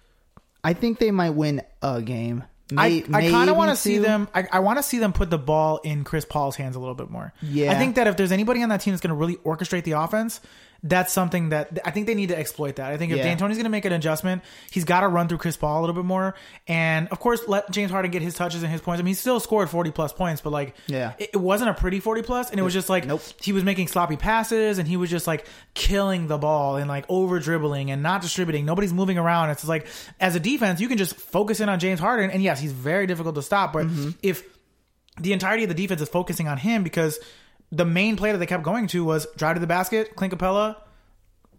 [SPEAKER 1] I think they might win a game. May-
[SPEAKER 2] I, I kind
[SPEAKER 1] maybe
[SPEAKER 2] of want to see
[SPEAKER 1] two.
[SPEAKER 2] them. I, I want to see them put the ball in Chris Paul's hands a little bit more.
[SPEAKER 1] Yeah.
[SPEAKER 2] I think that if there's anybody on that team that's going to really orchestrate the offense, that's something that I think they need to exploit. That I think if
[SPEAKER 1] Yeah.
[SPEAKER 2] D'Antoni's going to make an adjustment, he's got to run through Chris Paul a little bit more, and of course let James Harden get his touches and his points. I mean, he still scored forty plus points, but like,
[SPEAKER 1] Yeah.
[SPEAKER 2] it, it wasn't a pretty forty plus, and it was just like
[SPEAKER 1] Nope.
[SPEAKER 2] he was making sloppy passes and he was just like killing the ball and like over dribbling and not distributing. Nobody's moving around. It's just like as a defense, you can just focus in on James Harden. And yes, he's very difficult to stop. But
[SPEAKER 1] Mm-hmm.
[SPEAKER 2] if the entirety of the defense is focusing on him because the main play that they kept going to was drive to the basket, Clint Capella,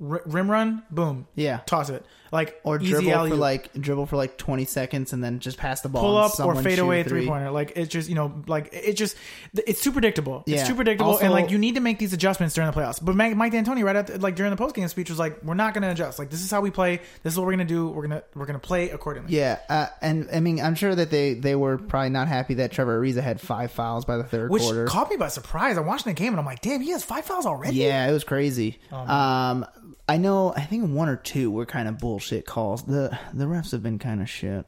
[SPEAKER 2] r- rim run, boom,
[SPEAKER 1] Yeah.
[SPEAKER 2] toss it like
[SPEAKER 1] or
[SPEAKER 2] easy
[SPEAKER 1] dribble for
[SPEAKER 2] alley-oop
[SPEAKER 1] like dribble for like twenty seconds and then just pass the ball.
[SPEAKER 2] pull
[SPEAKER 1] and
[SPEAKER 2] up or
[SPEAKER 1] someone
[SPEAKER 2] fade
[SPEAKER 1] shoot
[SPEAKER 2] away
[SPEAKER 1] a
[SPEAKER 2] three pointer. Like it's just you know like it just it's too predictable.
[SPEAKER 1] Yeah.
[SPEAKER 2] It's too predictable,
[SPEAKER 1] Also-
[SPEAKER 2] and like you need to make these adjustments during the playoffs. But Mike, Mike D'Antoni right at the, like during the postgame speech was like, "We're not going to adjust. Like this is how we play. This is what we're going to do. We're gonna we're gonna play accordingly."
[SPEAKER 1] Yeah, uh, and I mean, I'm sure that they they were probably not happy that Trevor Ariza had five fouls by the third
[SPEAKER 2] Which
[SPEAKER 1] quarter.
[SPEAKER 2] caught me by surprise. I'm watching the game and I'm like, damn, he has five fouls already.
[SPEAKER 1] Yeah, it was crazy. um, I know. I think one or two were kind of bullshit calls. the The refs have been kind of shit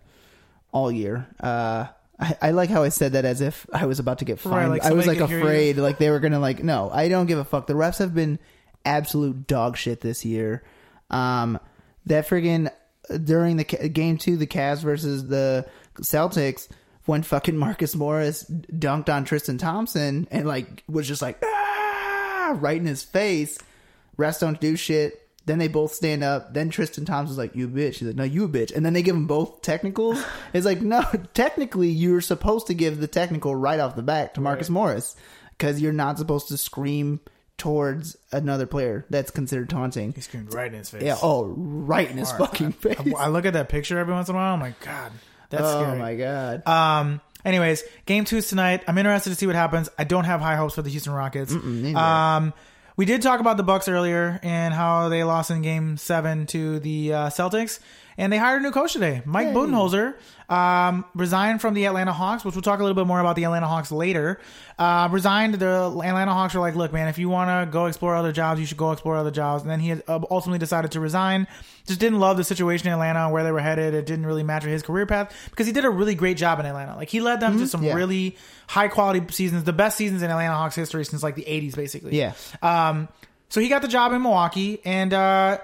[SPEAKER 1] all year. Uh, I, I like how I said that as if I was about to get fined.
[SPEAKER 2] like
[SPEAKER 1] I was
[SPEAKER 2] somebody
[SPEAKER 1] like
[SPEAKER 2] could hear you.
[SPEAKER 1] afraid, like they were gonna like. No, I don't give a fuck. The refs have been absolute dog shit this year. Um, that friggin' during the ca- game two, the Cavs versus the Celtics. When fucking Marcus Morris dunked on Tristan Thompson and like was just like ah, right in his face. Refs don't do shit. Then they both stand up. Then Tristan Thompson's like, "You a bitch." He's like, "No, you a bitch." And then they give them both technicals. It's like, no, technically you're supposed to give the technical right off the back to Marcus Morris because you're not supposed to scream towards another player. That's considered taunting.
[SPEAKER 2] He screamed right in his face.
[SPEAKER 1] Yeah, oh, right in his fucking face.
[SPEAKER 2] I, I look at that picture every once in a while. I'm like, God, that's
[SPEAKER 1] oh
[SPEAKER 2] scary.
[SPEAKER 1] my god.
[SPEAKER 2] Um. Anyways, game two's tonight. I'm interested to see what happens. I don't have high hopes for the Houston Rockets.
[SPEAKER 1] neither.
[SPEAKER 2] um. We did talk about the Bucks earlier and how they lost in Game Seven to the uh, Celtics, and they hired a new coach today. Mike Budenholzer um, resigned from the Atlanta Hawks, which we'll talk a little bit more about the Atlanta Hawks later. Uh, resigned. The Atlanta Hawks were like, "Look, man, if you want to go explore other jobs, you should go explore other jobs." And then he had, uh, ultimately decided to resign. Just didn't love the situation in Atlanta and where they were headed. It didn't really match with his career path because he did a really great job in Atlanta. Like he led them to some
[SPEAKER 1] yeah.
[SPEAKER 2] really high quality seasons, the best seasons in Atlanta Hawks history since like the '80s, basically.
[SPEAKER 1] Yeah.
[SPEAKER 2] Um, so he got the job in Milwaukee, and uh,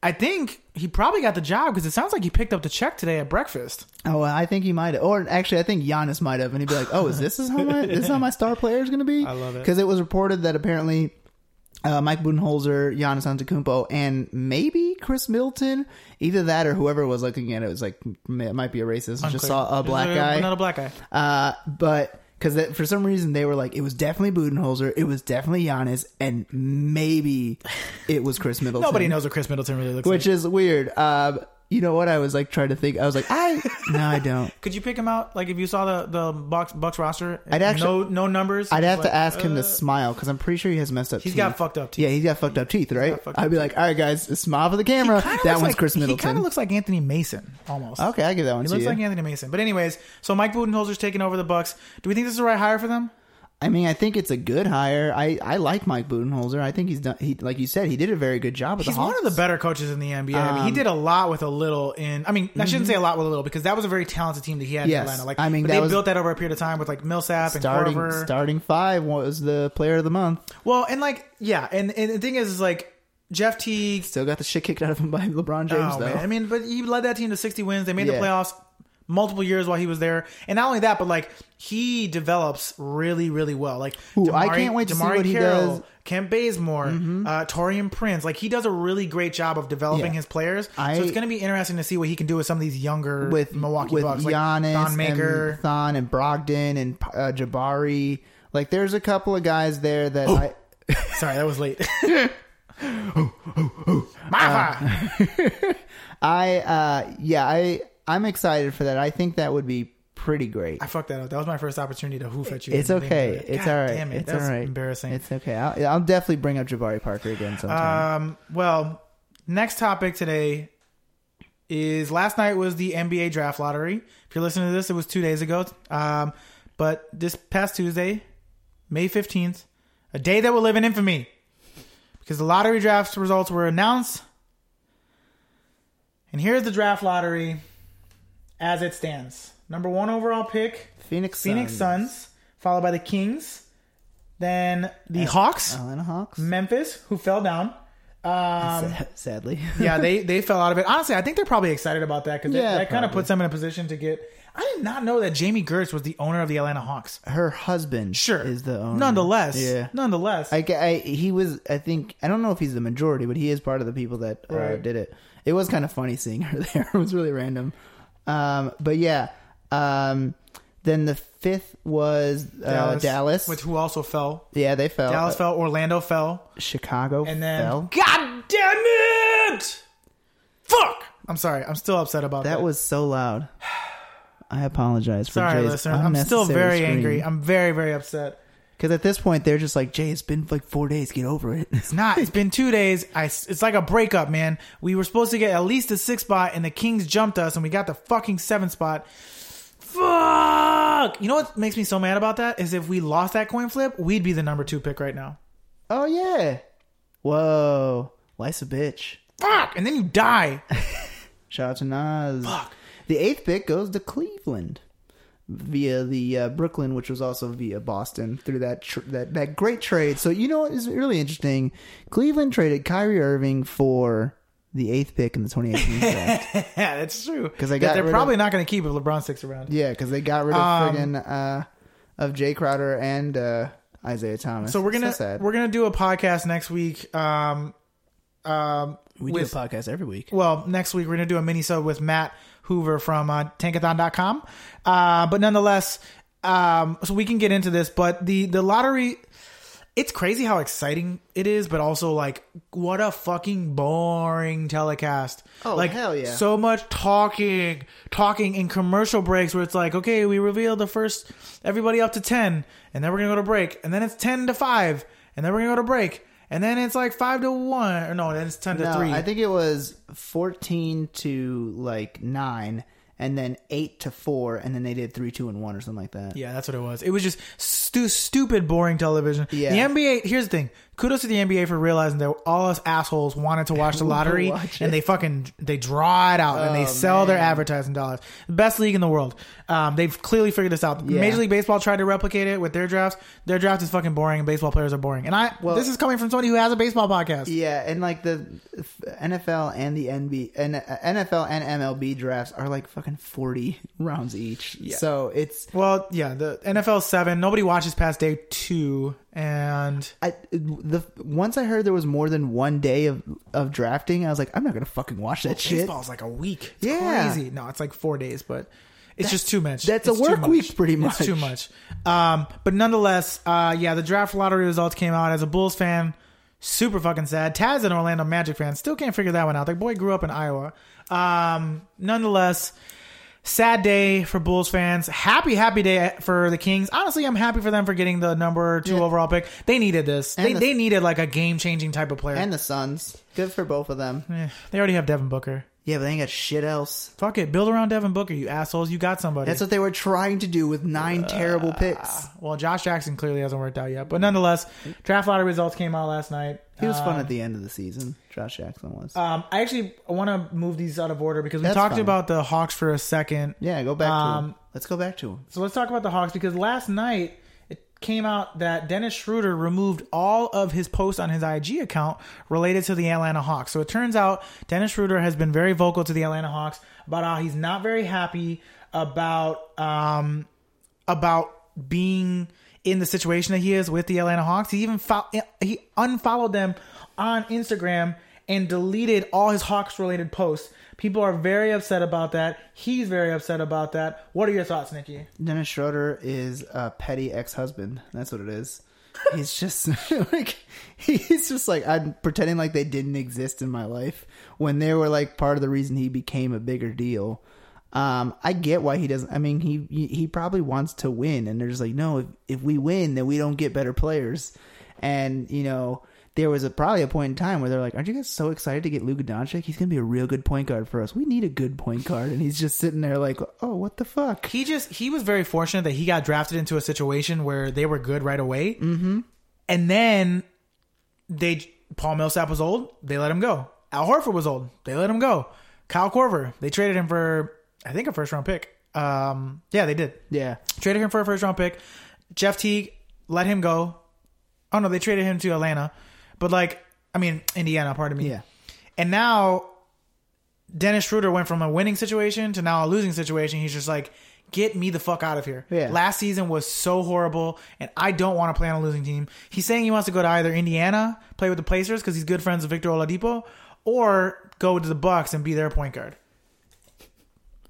[SPEAKER 2] I think he probably got the job because it sounds like he picked up the check today at breakfast.
[SPEAKER 1] Oh, I think he might have. Or actually, I think Giannis might have. And he'd be like, oh, is this is how my, this is how my star player is going to be? I
[SPEAKER 2] love it.
[SPEAKER 1] Because it was reported that apparently uh, Mike Budenholzer, Giannis Antetokounmpo, and maybe Chris Milton, either that or whoever was looking at it was like, "M- it might be a racist. Just
[SPEAKER 2] Unclear.
[SPEAKER 1] saw a black guy.
[SPEAKER 2] not a black guy.
[SPEAKER 1] Uh, but Because for some reason they were like, it was definitely Budenholzer, it was definitely Giannis, and maybe it was Chris Middleton.
[SPEAKER 2] Nobody knows what Chris Middleton really looks
[SPEAKER 1] which
[SPEAKER 2] like.
[SPEAKER 1] is weird. Um, you know what? I was like trying to think. I was like, I no, I don't.
[SPEAKER 2] Could you pick him out? Like if you saw the the Bucks Bucks roster,
[SPEAKER 1] I'd actually-
[SPEAKER 2] no no numbers.
[SPEAKER 1] I'd have
[SPEAKER 2] Like,
[SPEAKER 1] to ask him
[SPEAKER 2] uh,
[SPEAKER 1] to smile because I'm pretty sure he has messed up.
[SPEAKER 2] He's
[SPEAKER 1] teeth.
[SPEAKER 2] got fucked up teeth.
[SPEAKER 1] Yeah, he's got fucked up teeth, right?
[SPEAKER 2] fucked
[SPEAKER 1] I'd be like, all right, guys, smile for the camera.
[SPEAKER 2] Kinda
[SPEAKER 1] That
[SPEAKER 2] looks
[SPEAKER 1] one's
[SPEAKER 2] like-
[SPEAKER 1] Chris
[SPEAKER 2] He kind
[SPEAKER 1] Middleton.
[SPEAKER 2] of looks like Anthony Mason almost.
[SPEAKER 1] okay, I give that one
[SPEAKER 2] He
[SPEAKER 1] to
[SPEAKER 2] looks
[SPEAKER 1] you.
[SPEAKER 2] like Anthony Mason. But anyways, so Mike Budenholzer's taking over the Bucks. Do we think this is the right hire for them?
[SPEAKER 1] I mean, I think it's a good hire. I, I like Mike Budenholzer. I think he's done. He like you said, he did a very good job with
[SPEAKER 2] He's
[SPEAKER 1] the Hawks.
[SPEAKER 2] one of the better coaches in the NBA. I mean, he
[SPEAKER 1] Um, mm-hmm.
[SPEAKER 2] did a lot with a little. In I mean, I shouldn't say a lot with a little because that was a very talented team that he had
[SPEAKER 1] Yes.
[SPEAKER 2] in Atlanta. Like
[SPEAKER 1] I mean,
[SPEAKER 2] but
[SPEAKER 1] that
[SPEAKER 2] they
[SPEAKER 1] was-
[SPEAKER 2] built that over a period of time with like Millsap
[SPEAKER 1] starting
[SPEAKER 2] and Corver.
[SPEAKER 1] starting five was the player of the month.
[SPEAKER 2] Well, and like yeah, and, and the thing is, is like Jeff Teague.
[SPEAKER 1] Still got the shit kicked out of him by LeBron James
[SPEAKER 2] oh,
[SPEAKER 1] though.
[SPEAKER 2] man. I mean, but he led that team to 60 wins. They made
[SPEAKER 1] Yeah.
[SPEAKER 2] the playoffs multiple years while he was there, and not only that, but like he develops really, really well. Like
[SPEAKER 1] Ooh, I can't wait to see what he does. Mm-hmm.
[SPEAKER 2] Kent Bazemore, uh, Torian Prince. Like he does a really great job of developing
[SPEAKER 1] Yeah.
[SPEAKER 2] his players.
[SPEAKER 1] I-
[SPEAKER 2] so it's going to be interesting to see what he can do with some of these younger
[SPEAKER 1] with
[SPEAKER 2] Milwaukee
[SPEAKER 1] with
[SPEAKER 2] Bucks,
[SPEAKER 1] Giannis,
[SPEAKER 2] like Don Maker.
[SPEAKER 1] and Thon, and Brogdon, and uh, Jabari. Like, there's a couple of guys there that Oh. I.
[SPEAKER 2] Sorry, that was late.
[SPEAKER 1] Oh, I uh yeah, I I'm excited for that. I think that would be pretty great.
[SPEAKER 2] I fucked that up. That was my first opportunity to hoof at you.
[SPEAKER 1] It's
[SPEAKER 2] I didn't
[SPEAKER 1] okay.
[SPEAKER 2] think about it.
[SPEAKER 1] It's
[SPEAKER 2] God
[SPEAKER 1] all right.
[SPEAKER 2] Damn it.
[SPEAKER 1] It's
[SPEAKER 2] That's
[SPEAKER 1] all right.
[SPEAKER 2] Embarrassing.
[SPEAKER 1] It's okay. I'll, I'll definitely bring up Jabari Parker again sometime.
[SPEAKER 2] Um, well, next topic today is last night was the NBA draft lottery. If you're listening to this, it was two days ago. Um, but this past Tuesday, May 15th, a day that will live in infamy because the lottery draft results were announced. And here's the draft lottery as it stands. Number one overall pick,
[SPEAKER 1] Phoenix
[SPEAKER 2] Phoenix
[SPEAKER 1] Suns.
[SPEAKER 2] Suns, followed by the Kings, then the Hawks,
[SPEAKER 1] Atlanta Hawks.
[SPEAKER 2] Um, Memphis, who fell down. Um,
[SPEAKER 1] Sa- sadly.
[SPEAKER 2] yeah, they they fell out of it. Honestly, I think they're probably excited about that because
[SPEAKER 1] Yeah,
[SPEAKER 2] that kind of
[SPEAKER 1] probably.
[SPEAKER 2] puts them in a position to get. I did not know that Jamie Gertz was the owner of the Atlanta Hawks.
[SPEAKER 1] Her husband
[SPEAKER 2] Sure,
[SPEAKER 1] is the owner.
[SPEAKER 2] Nonetheless,
[SPEAKER 1] Yeah.
[SPEAKER 2] nonetheless,
[SPEAKER 1] I, I he was I think I don't know if he's the majority, but he is part of the people that uh,
[SPEAKER 2] Right.
[SPEAKER 1] did it. It was kind of funny seeing her there. It was really random. Um, but yeah. Um, then the fifth was uh, Dallas.
[SPEAKER 2] which who also fell.
[SPEAKER 1] yeah, they fell.
[SPEAKER 2] Dallas
[SPEAKER 1] Uh,
[SPEAKER 2] fell. Orlando fell,
[SPEAKER 1] Chicago
[SPEAKER 2] and then
[SPEAKER 1] fell.
[SPEAKER 2] God damn it! Fuck! I'm sorry. I'm still upset about that.
[SPEAKER 1] That was so loud. I apologize for
[SPEAKER 2] sorry,
[SPEAKER 1] Jay's
[SPEAKER 2] listener. I'm still very angry. I'm very very upset.
[SPEAKER 1] because at this point they're just like Jay. It's been like four days. Get over it.
[SPEAKER 2] It's not. It's been two days. I, it's like a breakup, man. We were supposed to get at least a six spot, and the Kings jumped us, and we got the fucking seven spot. Fuck! You know what makes me so mad about that is if we lost that coin flip, we'd be the number two pick right now.
[SPEAKER 1] oh yeah. Whoa. Life's a bitch.
[SPEAKER 2] Fuck! And then you die.
[SPEAKER 1] Shout out to Nas.
[SPEAKER 2] Fuck.
[SPEAKER 1] The eighth pick goes to Cleveland via the uh, Brooklyn, which was also via Boston through that tr- that that great trade. So you know what is really interesting? Cleveland traded Kyrie Irving for the eighth pick in the 2018 draft.
[SPEAKER 2] yeah, that's true.
[SPEAKER 1] 'Cause they
[SPEAKER 2] That
[SPEAKER 1] got
[SPEAKER 2] they're
[SPEAKER 1] rid
[SPEAKER 2] probably not going to keep if LeBron sticks around.
[SPEAKER 1] yeah, because they got rid of
[SPEAKER 2] Um,
[SPEAKER 1] friggin' uh, of Jay Crowder and uh, Isaiah Thomas.
[SPEAKER 2] So we're gonna
[SPEAKER 1] sad.
[SPEAKER 2] we're gonna do a podcast next week. Um, um,
[SPEAKER 1] we
[SPEAKER 2] with-
[SPEAKER 1] do a podcast every week.
[SPEAKER 2] well, next week we're going to do a mini sub with Matt Hoover from uh, tankathon.com. Uh, but nonetheless, um, so we can get into this, but the, the lottery, it's crazy how exciting it is, but also like what a fucking boring telecast.
[SPEAKER 1] Oh,
[SPEAKER 2] like,
[SPEAKER 1] hell yeah.
[SPEAKER 2] So much talking, talking in commercial breaks where it's like, okay, we reveal the first, everybody up to 10, and then we're going to go to break, and then it's 10 to 5, and then we're going to go to break. And then it's like five to one, or no, then it's ten to
[SPEAKER 1] No,
[SPEAKER 2] three.
[SPEAKER 1] I think it was 14 to like nine, and then eight to four, and then they did three, two, and one, or something like that.
[SPEAKER 2] Yeah, that's what it was. It was just stu- stupid, boring television.
[SPEAKER 1] Yeah.
[SPEAKER 2] The NBA. Here's the thing. Kudos to the NBA for realizing that all us assholes wanted to watch the lottery,
[SPEAKER 1] Watch it.
[SPEAKER 2] and they fucking they draw it out and they
[SPEAKER 1] Oh,
[SPEAKER 2] sell their advertising dollars. The best league in the world. Um, they've clearly figured this out.
[SPEAKER 1] Yeah.
[SPEAKER 2] Major League Baseball tried to replicate it with their drafts. Their draft is fucking boring, and baseball players are boring. And I
[SPEAKER 1] Well-
[SPEAKER 2] this is coming from somebody who has a baseball podcast.
[SPEAKER 1] Yeah, and like the NFL and the NB and uh, NFL and MLB drafts are like fucking forty rounds each. So it's
[SPEAKER 2] Well, yeah, the NFL seven. Nobody watches past day two, and
[SPEAKER 1] I the once I heard there was more than one day of of drafting, I was like, I'm not gonna fucking watch that shit.
[SPEAKER 2] Baseball's like a week. It's
[SPEAKER 1] Yeah.
[SPEAKER 2] crazy. No, it's like four days, but It's just too much.
[SPEAKER 1] that's a
[SPEAKER 2] It's too
[SPEAKER 1] work
[SPEAKER 2] much.
[SPEAKER 1] week, pretty
[SPEAKER 2] It's too
[SPEAKER 1] much.
[SPEAKER 2] much. Um, but nonetheless, uh, yeah, the draft lottery results came out. As a Bulls fan, super fucking sad. Taz an Orlando Magic fan. Still can't figure that one out. That boy grew up in Iowa. Um, nonetheless, sad day for Bulls fans. Happy, happy day for the Kings. Honestly, I'm happy for them for getting the number two
[SPEAKER 1] Yeah.
[SPEAKER 2] overall pick. They needed this.
[SPEAKER 1] And
[SPEAKER 2] They,
[SPEAKER 1] the-
[SPEAKER 2] they needed like a game changing type of player.
[SPEAKER 1] and the Suns. Good for both of them.
[SPEAKER 2] Eh, they already have Devin Booker.
[SPEAKER 1] Yeah, but they ain't got shit else.
[SPEAKER 2] Fuck it. Build around Devin Booker, you assholes. You got somebody. Ah,
[SPEAKER 1] That's what they were trying to do with nine terrible picks.
[SPEAKER 2] Well, Josh Jackson clearly hasn't worked out yet, but nonetheless, draft lottery results came out last night.
[SPEAKER 1] He was fun
[SPEAKER 2] Um,
[SPEAKER 1] at the end of the season. Josh Jackson was.
[SPEAKER 2] Um, I actually want to move these out of order because we
[SPEAKER 1] That's
[SPEAKER 2] talked
[SPEAKER 1] fine.
[SPEAKER 2] about the Hawks for a second.
[SPEAKER 1] yeah, go back to him.
[SPEAKER 2] um,
[SPEAKER 1] Let's go back to him.
[SPEAKER 2] So let's talk about the Hawks because last night it came out that Dennis Schroeder removed all of his posts on his IG account related to the Atlanta Hawks. So it turns out Dennis Schroeder has been very vocal to the Atlanta Hawks about how he's not very happy about um, about being in the situation that he is with the Atlanta Hawks. He even fo- he unfollowed them on Instagram and deleted all his Hawks related posts. People are very upset about that. He's very upset about that. What are your thoughts, Nikki?
[SPEAKER 1] Dennis Schroeder is a petty ex-husband. That's what it is. He's just like he's just like I'm pretending like they didn't exist in my life when they were like part of the reason he became a bigger deal. Um, I get why he doesn't. I mean, he he probably wants to win, and they're just like, no, if, if we win, then we don't get better players. And you know, there was a, probably a point in time where they're like, aren't you guys so excited to get Luka Doncic? He's gonna be a real good point guard for us. We need a good point guard, and he's just sitting there like, oh, what the fuck?
[SPEAKER 2] He just he was very fortunate that he got drafted into a situation where they were good right away. Mm-hmm. And then they Paul Millsap was old, they let him go. Al Horford was old, they let him go. Kyle Corver, they traded him for I think a first round pick. Um, yeah, they did.
[SPEAKER 1] Yeah.
[SPEAKER 2] traded him for a first round pick. Jeff Teague let him go. Oh no, they traded him to Atlanta, but like I mean Indiana. Pardon me.
[SPEAKER 1] Yeah.
[SPEAKER 2] And now Dennis Schroeder went from a winning situation to now a losing situation. He's just like, get me the fuck out of here.
[SPEAKER 1] Yeah.
[SPEAKER 2] Last season was so horrible, and I don't want to play on a losing team. He's saying he wants to go to either Indiana, play with the Pacers because he's good friends with Victor Oladipo, or go to the Bucks and be their point guard.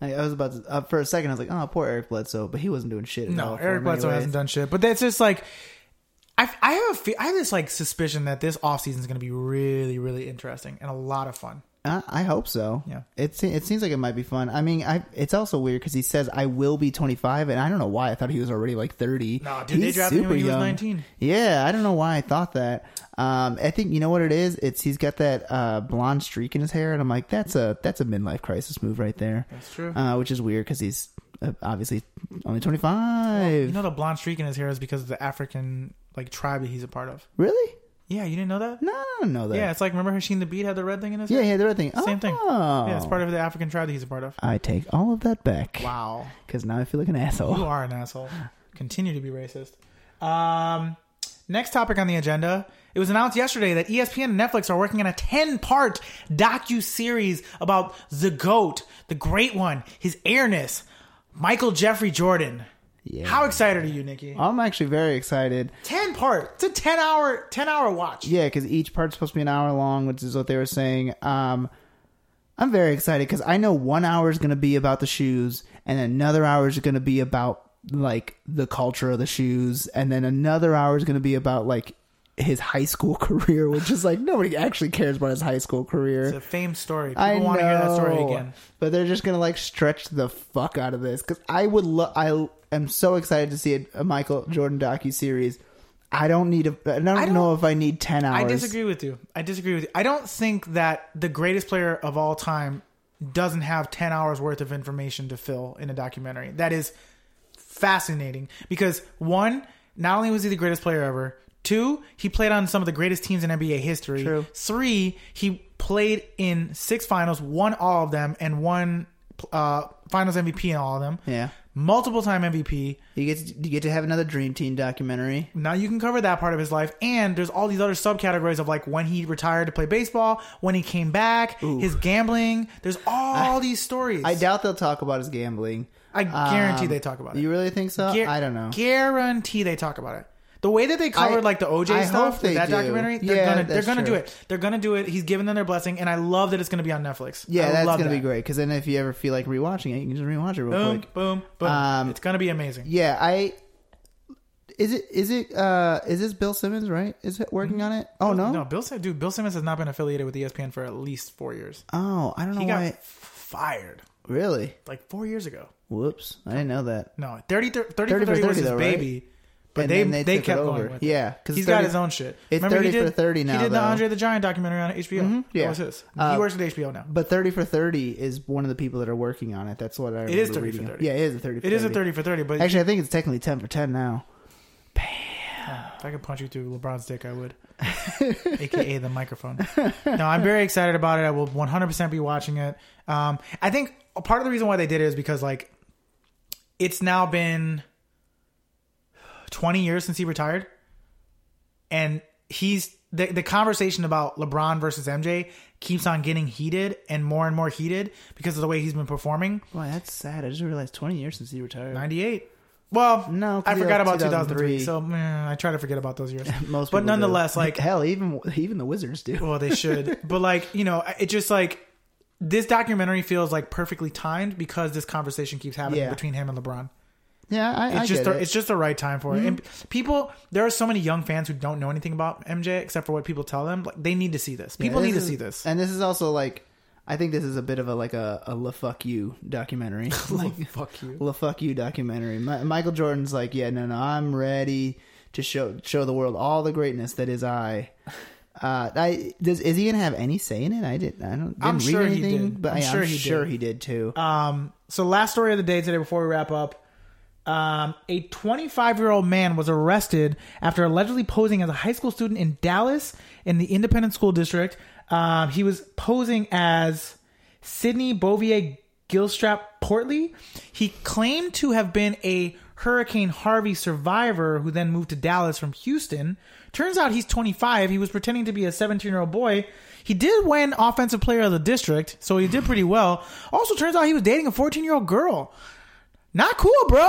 [SPEAKER 1] I, I was about to, uh, for a second, I was like, oh, poor Eric Bledsoe, but he wasn't doing shit. At
[SPEAKER 2] No,
[SPEAKER 1] all for
[SPEAKER 2] Eric
[SPEAKER 1] him
[SPEAKER 2] Bledsoe
[SPEAKER 1] anyways.
[SPEAKER 2] hasn't done shit. But that's just like I, I have a fe- I have this like suspicion that this offseason is going to be really really interesting and a lot of fun.
[SPEAKER 1] Uh, I hope so.
[SPEAKER 2] Yeah.
[SPEAKER 1] It, se- it seems like it might be fun. I mean, I it's also weird because he says, I will be 25, and I don't know why. I thought he was already like 30.
[SPEAKER 2] No, dude, they drafted him when he was 19.
[SPEAKER 1] Yeah, I don't know why I thought that. Um, I think you know what it is. It's he's got that uh, blonde streak in his hair, and I'm like, that's a that's a midlife crisis move right there.
[SPEAKER 2] That's true.
[SPEAKER 1] Uh, which is weird because he's uh, obviously only 25.
[SPEAKER 2] You know the blonde streak in his hair is because of the African like tribe that he's a part of.
[SPEAKER 1] really?
[SPEAKER 2] Yeah, you didn't know that?
[SPEAKER 1] No, I don't know that.
[SPEAKER 2] Yeah, it's like remember Hashim the Beat had the red thing in his
[SPEAKER 1] yeah,
[SPEAKER 2] hair?
[SPEAKER 1] yeah, the other thing.
[SPEAKER 2] Same thing.
[SPEAKER 1] Oh.
[SPEAKER 2] Yeah, it's part of the African tribe that he's a part of.
[SPEAKER 1] I take all of that back
[SPEAKER 2] Wow.
[SPEAKER 1] because now I feel like an
[SPEAKER 2] You
[SPEAKER 1] asshole.
[SPEAKER 2] are an asshole. Continue to be racist. Um, next topic on the agenda. It was announced yesterday that E ESPN and Netflix are working on a 10 part docu series about the GOAT, the great one, his airness, Michael Jeffrey Jordan.
[SPEAKER 1] Yeah. Uh,
[SPEAKER 2] How excited are you, Nikki?
[SPEAKER 1] I'm actually very excited.
[SPEAKER 2] 10 part. It's a 10 hour 10 hour watch.
[SPEAKER 1] Yeah, because each part's supposed to be an hour long, which is what they were saying. Um, I'm very excited because I know one hour is going to be about the shoes, and another hour is going to be about like the culture of the shoes, and then another hour is going to be about like his high school career, which is like nobody actually cares about his high school career.
[SPEAKER 2] It's a famed story. People
[SPEAKER 1] I
[SPEAKER 2] want to hear that story
[SPEAKER 1] know.
[SPEAKER 2] again.
[SPEAKER 1] But they're just gonna like stretch the fuck out of this because I would love. I am so excited to see a, a Michael Jordan docu series. I don't need a. I don't,
[SPEAKER 2] don't-
[SPEAKER 1] know if I need ten hours.
[SPEAKER 2] I disagree with you. I disagree with you. I don't think that the greatest player of all time doesn't have 10 hours worth of information to fill in a documentary. That is fascinating because one, not only was he the greatest player ever, two, he played on some of the greatest teams in NBA history.
[SPEAKER 1] True.
[SPEAKER 2] Three, he played in six finals, won all of them, and won uh, finals MVP in all of them.
[SPEAKER 1] Yeah,
[SPEAKER 2] Multiple time MVP.
[SPEAKER 1] you get to, you get to have another Dream Team documentary.
[SPEAKER 2] Now you can cover that part of his life, and there's all these other subcategories of like when he retired to play baseball, when he came back, his gambling. There's all these stories.
[SPEAKER 1] I doubt they'll talk about his gambling.
[SPEAKER 2] I guarantee
[SPEAKER 1] Um,
[SPEAKER 2] they talk about it.
[SPEAKER 1] You really think so?
[SPEAKER 2] Guar-
[SPEAKER 1] I don't know.
[SPEAKER 2] Guarantee they talk about it. The way that they covered
[SPEAKER 1] I-
[SPEAKER 2] like the OJ
[SPEAKER 1] I
[SPEAKER 2] stuff
[SPEAKER 1] hope they
[SPEAKER 2] that
[SPEAKER 1] do.
[SPEAKER 2] documentary, they're
[SPEAKER 1] Yeah,
[SPEAKER 2] gonna they're
[SPEAKER 1] that's
[SPEAKER 2] gonna do
[SPEAKER 1] true.
[SPEAKER 2] it. They're gonna do it. He's giving them their blessing, and I love that it's gonna be on Netflix.
[SPEAKER 1] Yeah,
[SPEAKER 2] I
[SPEAKER 1] that's
[SPEAKER 2] love
[SPEAKER 1] gonna be
[SPEAKER 2] that.
[SPEAKER 1] great. Because then if you ever feel like rewatching it, you can just rewatch it real
[SPEAKER 2] Boom,
[SPEAKER 1] quick.
[SPEAKER 2] boom, boom.
[SPEAKER 1] Um,
[SPEAKER 2] it's gonna be amazing.
[SPEAKER 1] Yeah, I. Is it is it uh is this Bill Simmons right? Is it working on it? Oh no,
[SPEAKER 2] No, Mm-hmm. Bill Simmons, dude, Bill Simmons has not been affiliated with E ESPN for at least four years.
[SPEAKER 1] Oh, I don't know
[SPEAKER 2] He got
[SPEAKER 1] why.
[SPEAKER 2] fired
[SPEAKER 1] Really?
[SPEAKER 2] like four years ago.
[SPEAKER 1] Whoops, I didn't know that.
[SPEAKER 2] No, 30, 30, 30,
[SPEAKER 1] 30 for
[SPEAKER 2] 30 was
[SPEAKER 1] 30
[SPEAKER 2] his
[SPEAKER 1] though, right?
[SPEAKER 2] baby, but
[SPEAKER 1] And
[SPEAKER 2] they
[SPEAKER 1] then
[SPEAKER 2] they,
[SPEAKER 1] took it
[SPEAKER 2] kept going.
[SPEAKER 1] over.
[SPEAKER 2] With it.
[SPEAKER 1] yeah, because
[SPEAKER 2] he's got his own shit.
[SPEAKER 1] it's 30
[SPEAKER 2] he
[SPEAKER 1] for
[SPEAKER 2] did,
[SPEAKER 1] 30 now,
[SPEAKER 2] He did
[SPEAKER 1] though.
[SPEAKER 2] the Andre the Giant documentary on HBO.
[SPEAKER 1] yeah.
[SPEAKER 2] that was his.
[SPEAKER 1] Uh,
[SPEAKER 2] he works with HBO now.
[SPEAKER 1] But thirty for thirty is one of the people that are working on it. That's what I.
[SPEAKER 2] It is
[SPEAKER 1] remember
[SPEAKER 2] 30
[SPEAKER 1] reading.
[SPEAKER 2] for 30.
[SPEAKER 1] Yeah, it is a thirty. For
[SPEAKER 2] It is a thirty for thirty, but
[SPEAKER 1] Actually, I think it's technically ten for ten now.
[SPEAKER 2] if I could punch you through LeBron's dick, I would. AKA the microphone. No, I'm very excited about it. I will 100% be watching it. Um, I think a part of the reason why they did it is because like it's now been 20 years since he retired, and he's the the conversation about LeBron versus MJ keeps on getting heated and more and more heated because of the way he's been performing.
[SPEAKER 1] Boy, that's sad. I just realized twenty years since he retired.
[SPEAKER 2] 98. Well,
[SPEAKER 1] No, 'cause
[SPEAKER 2] I
[SPEAKER 1] he
[SPEAKER 2] forgot
[SPEAKER 1] was
[SPEAKER 2] about
[SPEAKER 1] 2003.
[SPEAKER 2] 2003. So eh, I try to forget about those years.
[SPEAKER 1] Most,
[SPEAKER 2] but
[SPEAKER 1] people
[SPEAKER 2] nonetheless,
[SPEAKER 1] do.
[SPEAKER 2] like
[SPEAKER 1] hell, even even the Wizards do.
[SPEAKER 2] well, they should. but like, you know, it just like this documentary feels like perfectly timed because this conversation keeps happening
[SPEAKER 1] Yeah.
[SPEAKER 2] between him and LeBron.
[SPEAKER 1] Yeah, I,
[SPEAKER 2] It's
[SPEAKER 1] I
[SPEAKER 2] just
[SPEAKER 1] get
[SPEAKER 2] the,
[SPEAKER 1] it. Mm-hmm.
[SPEAKER 2] it's just the right time for it. And people, there are so many young fans who don't know anything about MJ except for what people tell them. Like they need to see this. People
[SPEAKER 1] Yeah,
[SPEAKER 2] need to
[SPEAKER 1] is-
[SPEAKER 2] see this.
[SPEAKER 1] And this is also like, I think this is a bit of a like a, a la fuck you documentary, like
[SPEAKER 2] Fuck you.
[SPEAKER 1] la fuck you documentary. Mi- Michael Jordan's like, yeah, no, no, I'm ready to show show the world all the greatness that is I. Uh, I does is he gonna have any say in it? I didn't. I don't. Didn't
[SPEAKER 2] I'm
[SPEAKER 1] read
[SPEAKER 2] sure he
[SPEAKER 1] anything,
[SPEAKER 2] did.
[SPEAKER 1] But
[SPEAKER 2] I'm
[SPEAKER 1] yeah,
[SPEAKER 2] sure he did.
[SPEAKER 1] sure he did too.
[SPEAKER 2] Um, so last story of the day today before we wrap up. Um, a 25 year old man was arrested after allegedly posing as a high school student in Dallas in the independent school district. Um, he was posing as Sydney Bovier Gilstrap Portley. He claimed to have been a Hurricane Harvey survivor who then moved to Dallas from Houston. Turns out he's 25. He was pretending to be a 17 year old boy. He did win Offensive Player of the District, so he did pretty well. Also, turns out he was dating a 14 year old girl. Not cool, bro.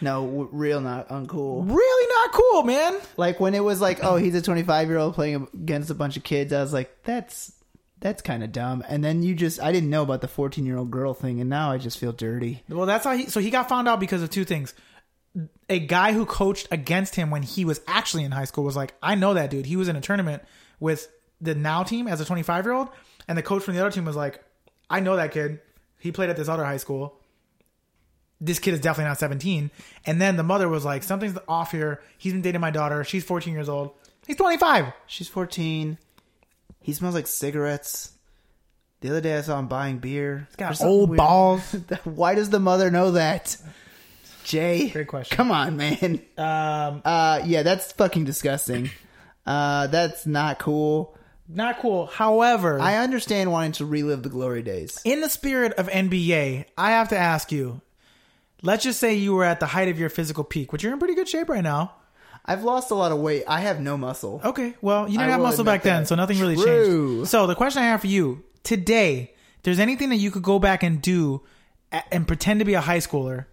[SPEAKER 1] no, w- real not uncool.
[SPEAKER 2] Really not cool, man.
[SPEAKER 1] Like when it was like, oh, he's a 25 year old playing against a bunch of kids. I was like, that's that's kind of dumb. And then you just, I didn't know about the 14 year old girl thing, and now I just feel dirty.
[SPEAKER 2] Well, that's how he. So he got found out because of two things. A guy who coached against him when he was actually in high school was like, I know that dude. He was in a tournament with the now team as a 25 year old, and the coach from the other team was like, I know that kid. He played at this other high school. This kid is definitely not 17. And then the mother was like, Something's off here. He's been dating my daughter. She's 14 years old. He's 25.
[SPEAKER 1] She's 14. He smells like cigarettes. The other day I saw him buying beer. He's
[SPEAKER 2] Got old balls.
[SPEAKER 1] Why does the mother know that? Jay.
[SPEAKER 2] Great question.
[SPEAKER 1] Come on, man.
[SPEAKER 2] Um,
[SPEAKER 1] Uh, yeah, that's fucking disgusting. Uh, that's not cool.
[SPEAKER 2] not cool. However,
[SPEAKER 1] I understand wanting to relive the glory days.
[SPEAKER 2] in the spirit of NBA, I have to ask you. Let's just say you were at the height of your physical peak, which you're in pretty good shape right now.
[SPEAKER 1] I've lost a lot of weight. I have no muscle.
[SPEAKER 2] Okay, well, you didn't
[SPEAKER 1] I
[SPEAKER 2] have
[SPEAKER 1] will
[SPEAKER 2] muscle
[SPEAKER 1] admit
[SPEAKER 2] back then,
[SPEAKER 1] that.
[SPEAKER 2] so nothing really
[SPEAKER 1] True.
[SPEAKER 2] changed. So the question I have for you today: if There's anything that you could go back and do a- and pretend to be a high schooler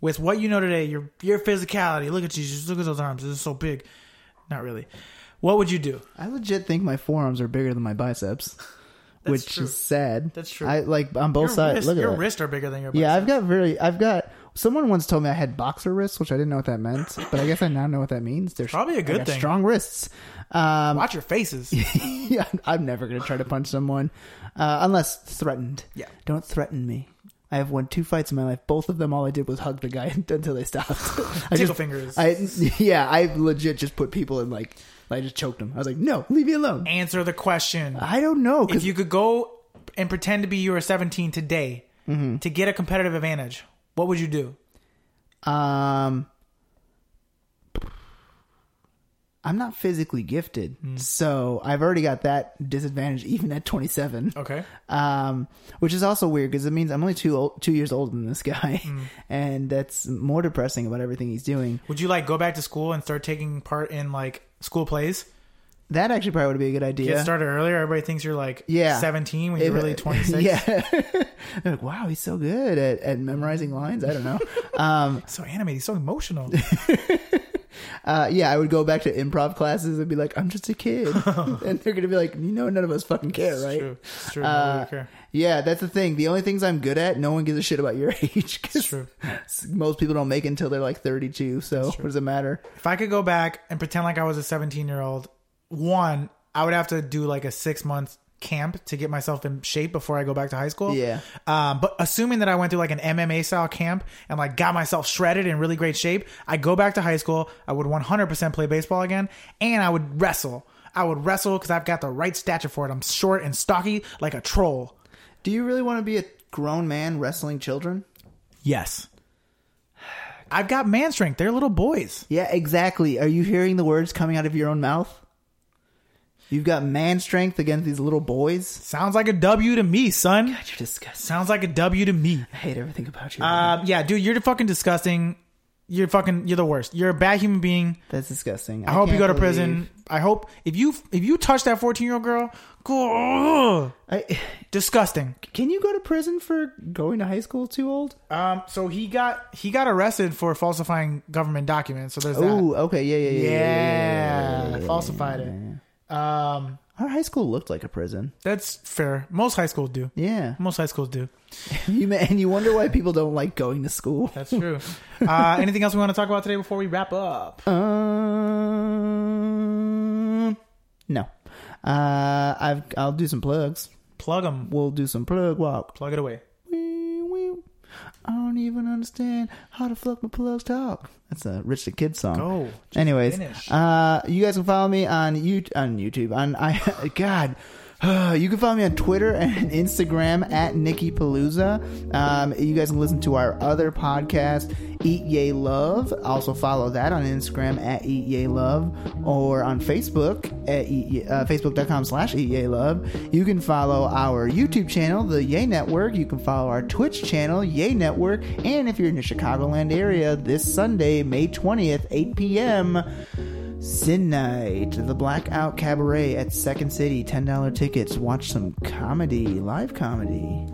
[SPEAKER 2] with what you know today? Your your physicality. Look at you. Just look at those arms. This is so big. Not really. What would you do?
[SPEAKER 1] I legit think my forearms are bigger than my biceps, which
[SPEAKER 2] true.
[SPEAKER 1] is sad.
[SPEAKER 2] That's true.
[SPEAKER 1] I like on both
[SPEAKER 2] Your
[SPEAKER 1] sides.
[SPEAKER 2] wrists-
[SPEAKER 1] Look at
[SPEAKER 2] your
[SPEAKER 1] that.
[SPEAKER 2] wrists are bigger than your.
[SPEAKER 1] Yeah,
[SPEAKER 2] biceps.
[SPEAKER 1] I've got very. I've got. Someone once told me I had boxer wrists, which I didn't know what that meant, but I guess I now know what that means. They're
[SPEAKER 2] Probably a
[SPEAKER 1] I
[SPEAKER 2] good
[SPEAKER 1] got
[SPEAKER 2] thing.
[SPEAKER 1] Strong wrists. Um,
[SPEAKER 2] Watch your faces.
[SPEAKER 1] yeah, I'm never gonna try to punch someone uh, unless threatened.
[SPEAKER 2] Yeah.
[SPEAKER 1] don't threaten me. I have won two fights in my life. Both of them, all I did was hug the guy until they stopped. I
[SPEAKER 2] Tickle
[SPEAKER 1] just,
[SPEAKER 2] fingers.
[SPEAKER 1] I yeah, I legit just put people in like I just choked them. I was like, no, leave me alone.
[SPEAKER 2] Answer the question.
[SPEAKER 1] I don't know
[SPEAKER 2] if
[SPEAKER 1] because
[SPEAKER 2] you could go and pretend to be you were 17 today to get a competitive advantage, what would you do?
[SPEAKER 1] um, I'm not physically gifted,
[SPEAKER 2] Hmm.
[SPEAKER 1] so I've already got that disadvantage even at 27.
[SPEAKER 2] Okay.
[SPEAKER 1] um, which is also weird because it means I'm only two old, two years older than this guy,
[SPEAKER 2] Hmm.
[SPEAKER 1] and that's more depressing about everything he's doing.
[SPEAKER 2] Would you like go back to school and start taking part in like school plays?
[SPEAKER 1] That actually probably would be a good
[SPEAKER 2] Get
[SPEAKER 1] idea.
[SPEAKER 2] started earlier. Everybody thinks you're like
[SPEAKER 1] Yeah.
[SPEAKER 2] 17 when you're
[SPEAKER 1] It-
[SPEAKER 2] really 26.
[SPEAKER 1] Yeah, They're like wow, he's so good at, at memorizing lines. I don't know. um,
[SPEAKER 2] So animated, so emotional.
[SPEAKER 1] Uh, yeah, I would go back to improv classes and be like, I'm just a kid. and they're going to be like, you know, none of us fucking care, right?
[SPEAKER 2] True. It's true. I
[SPEAKER 1] Uh,
[SPEAKER 2] don't really care.
[SPEAKER 1] Yeah, that's the thing. The only things I'm good at, no one gives a shit about your age. 'cause
[SPEAKER 2] It's true.
[SPEAKER 1] Most people don't make it until they're like 32. So what does it matter?
[SPEAKER 2] If I could go back and pretend like I was a 17 year old, one, I would have to do like a six month camp to get myself in shape before I go back to high school.
[SPEAKER 1] Yeah.
[SPEAKER 2] Um, but assuming that I went through like an MMA style camp and like got myself shredded in really great shape, I go back to high school. I would 100% play baseball again and I would wrestle. I would wrestle because I've got the right stature for it. I'm short and stocky like a troll.
[SPEAKER 1] Do you really want to be a grown man wrestling children?
[SPEAKER 2] Yes. I've got man strength. They're little boys.
[SPEAKER 1] Yeah, exactly. Are you hearing the words coming out of your own mouth? You've got man strength against these little boys.
[SPEAKER 2] Sounds like a W to me, son.
[SPEAKER 1] You're disgusting.
[SPEAKER 2] Sounds like a W to me.
[SPEAKER 1] I hate everything about you.
[SPEAKER 2] Uh, yeah, dude, you're fucking disgusting. You're fucking. You're the worst. You're a bad human being.
[SPEAKER 1] that's disgusting.
[SPEAKER 2] I, hope you
[SPEAKER 1] can't
[SPEAKER 2] go to
[SPEAKER 1] believe-
[SPEAKER 2] prison. I hope if you if you touch that 14 year old girl, go. ugh,
[SPEAKER 1] I,
[SPEAKER 2] disgusting.
[SPEAKER 1] can you go to prison for going to high school too old?
[SPEAKER 2] Um, so he got he got arrested for falsifying government documents. So there's that.
[SPEAKER 1] Oh, okay. Yeah, yeah, yeah.
[SPEAKER 2] yeah,
[SPEAKER 1] yeah,
[SPEAKER 2] falsified it. Um,
[SPEAKER 1] Our high school looked like a prison.
[SPEAKER 2] that's fair. Most high schools do.
[SPEAKER 1] Yeah.
[SPEAKER 2] Most high schools do.
[SPEAKER 1] You may, and you wonder why people don't like going to school.
[SPEAKER 2] That's true. uh, anything else we want to talk about today before we wrap up?
[SPEAKER 1] Um, no. Uh, I've I'll do some plugs.
[SPEAKER 2] Plug them.
[SPEAKER 1] We'll do some plug walk.
[SPEAKER 2] Plug it away.
[SPEAKER 1] Wee, wee. I don't even understand how the fuck my plugs talk. That's a Rich the Kid song.
[SPEAKER 2] Go.
[SPEAKER 1] Anyways,
[SPEAKER 2] finish.
[SPEAKER 1] uh, you guys can follow me on you on YouTube on I God. You can follow me on Twitter and Instagram at Nikki Palooza. Um, you guys can listen to our other podcast, Eat Yay Love. Also follow that on Instagram at Eat Yay Love or on Facebook at Eat Ye- uh, Facebook.com slash Eat Yay Love. You can follow our YouTube channel, the Yay Network. You can follow our Twitch channel, Yay Network. And if you're in the Chicagoland area, this Sunday, May 20th, 8 p.m., Sin Night, the Blackout Cabaret at Second City, $10 tickets. Watch some comedy, live comedy.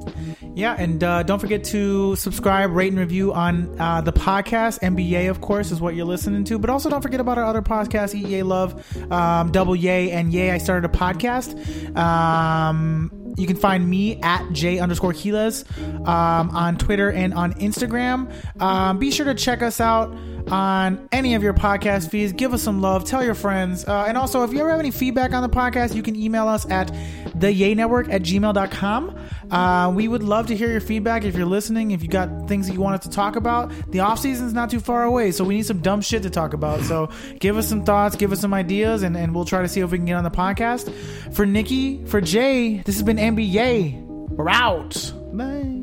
[SPEAKER 2] Yeah, and uh, don't forget to subscribe, rate, and review on uh, the podcast. NBA, of course, is what you're listening to, but also don't forget about our other podcasts, Eat Yay Love, um, Double Yay, and Yay, I Started a Podcast. Um, you can find me at J underscore Gilas um, on Twitter and on Instagram. Um, be sure to check us out on any of your podcast feeds. Give us some love. Tell your friends. Uh, and also, if you ever have any feedback on the podcast, you can email us at the yay network at gmail.com. Uh, we would love to hear your feedback if you're listening. If you got things that you want us to talk about, the off season's not too far away, so we need some dumb shit to talk about. So give us some thoughts, give us some ideas, and, and we'll try to see if we can get on the podcast. For Nikki, for Jay, this has been NBA. We're out.
[SPEAKER 1] Bye.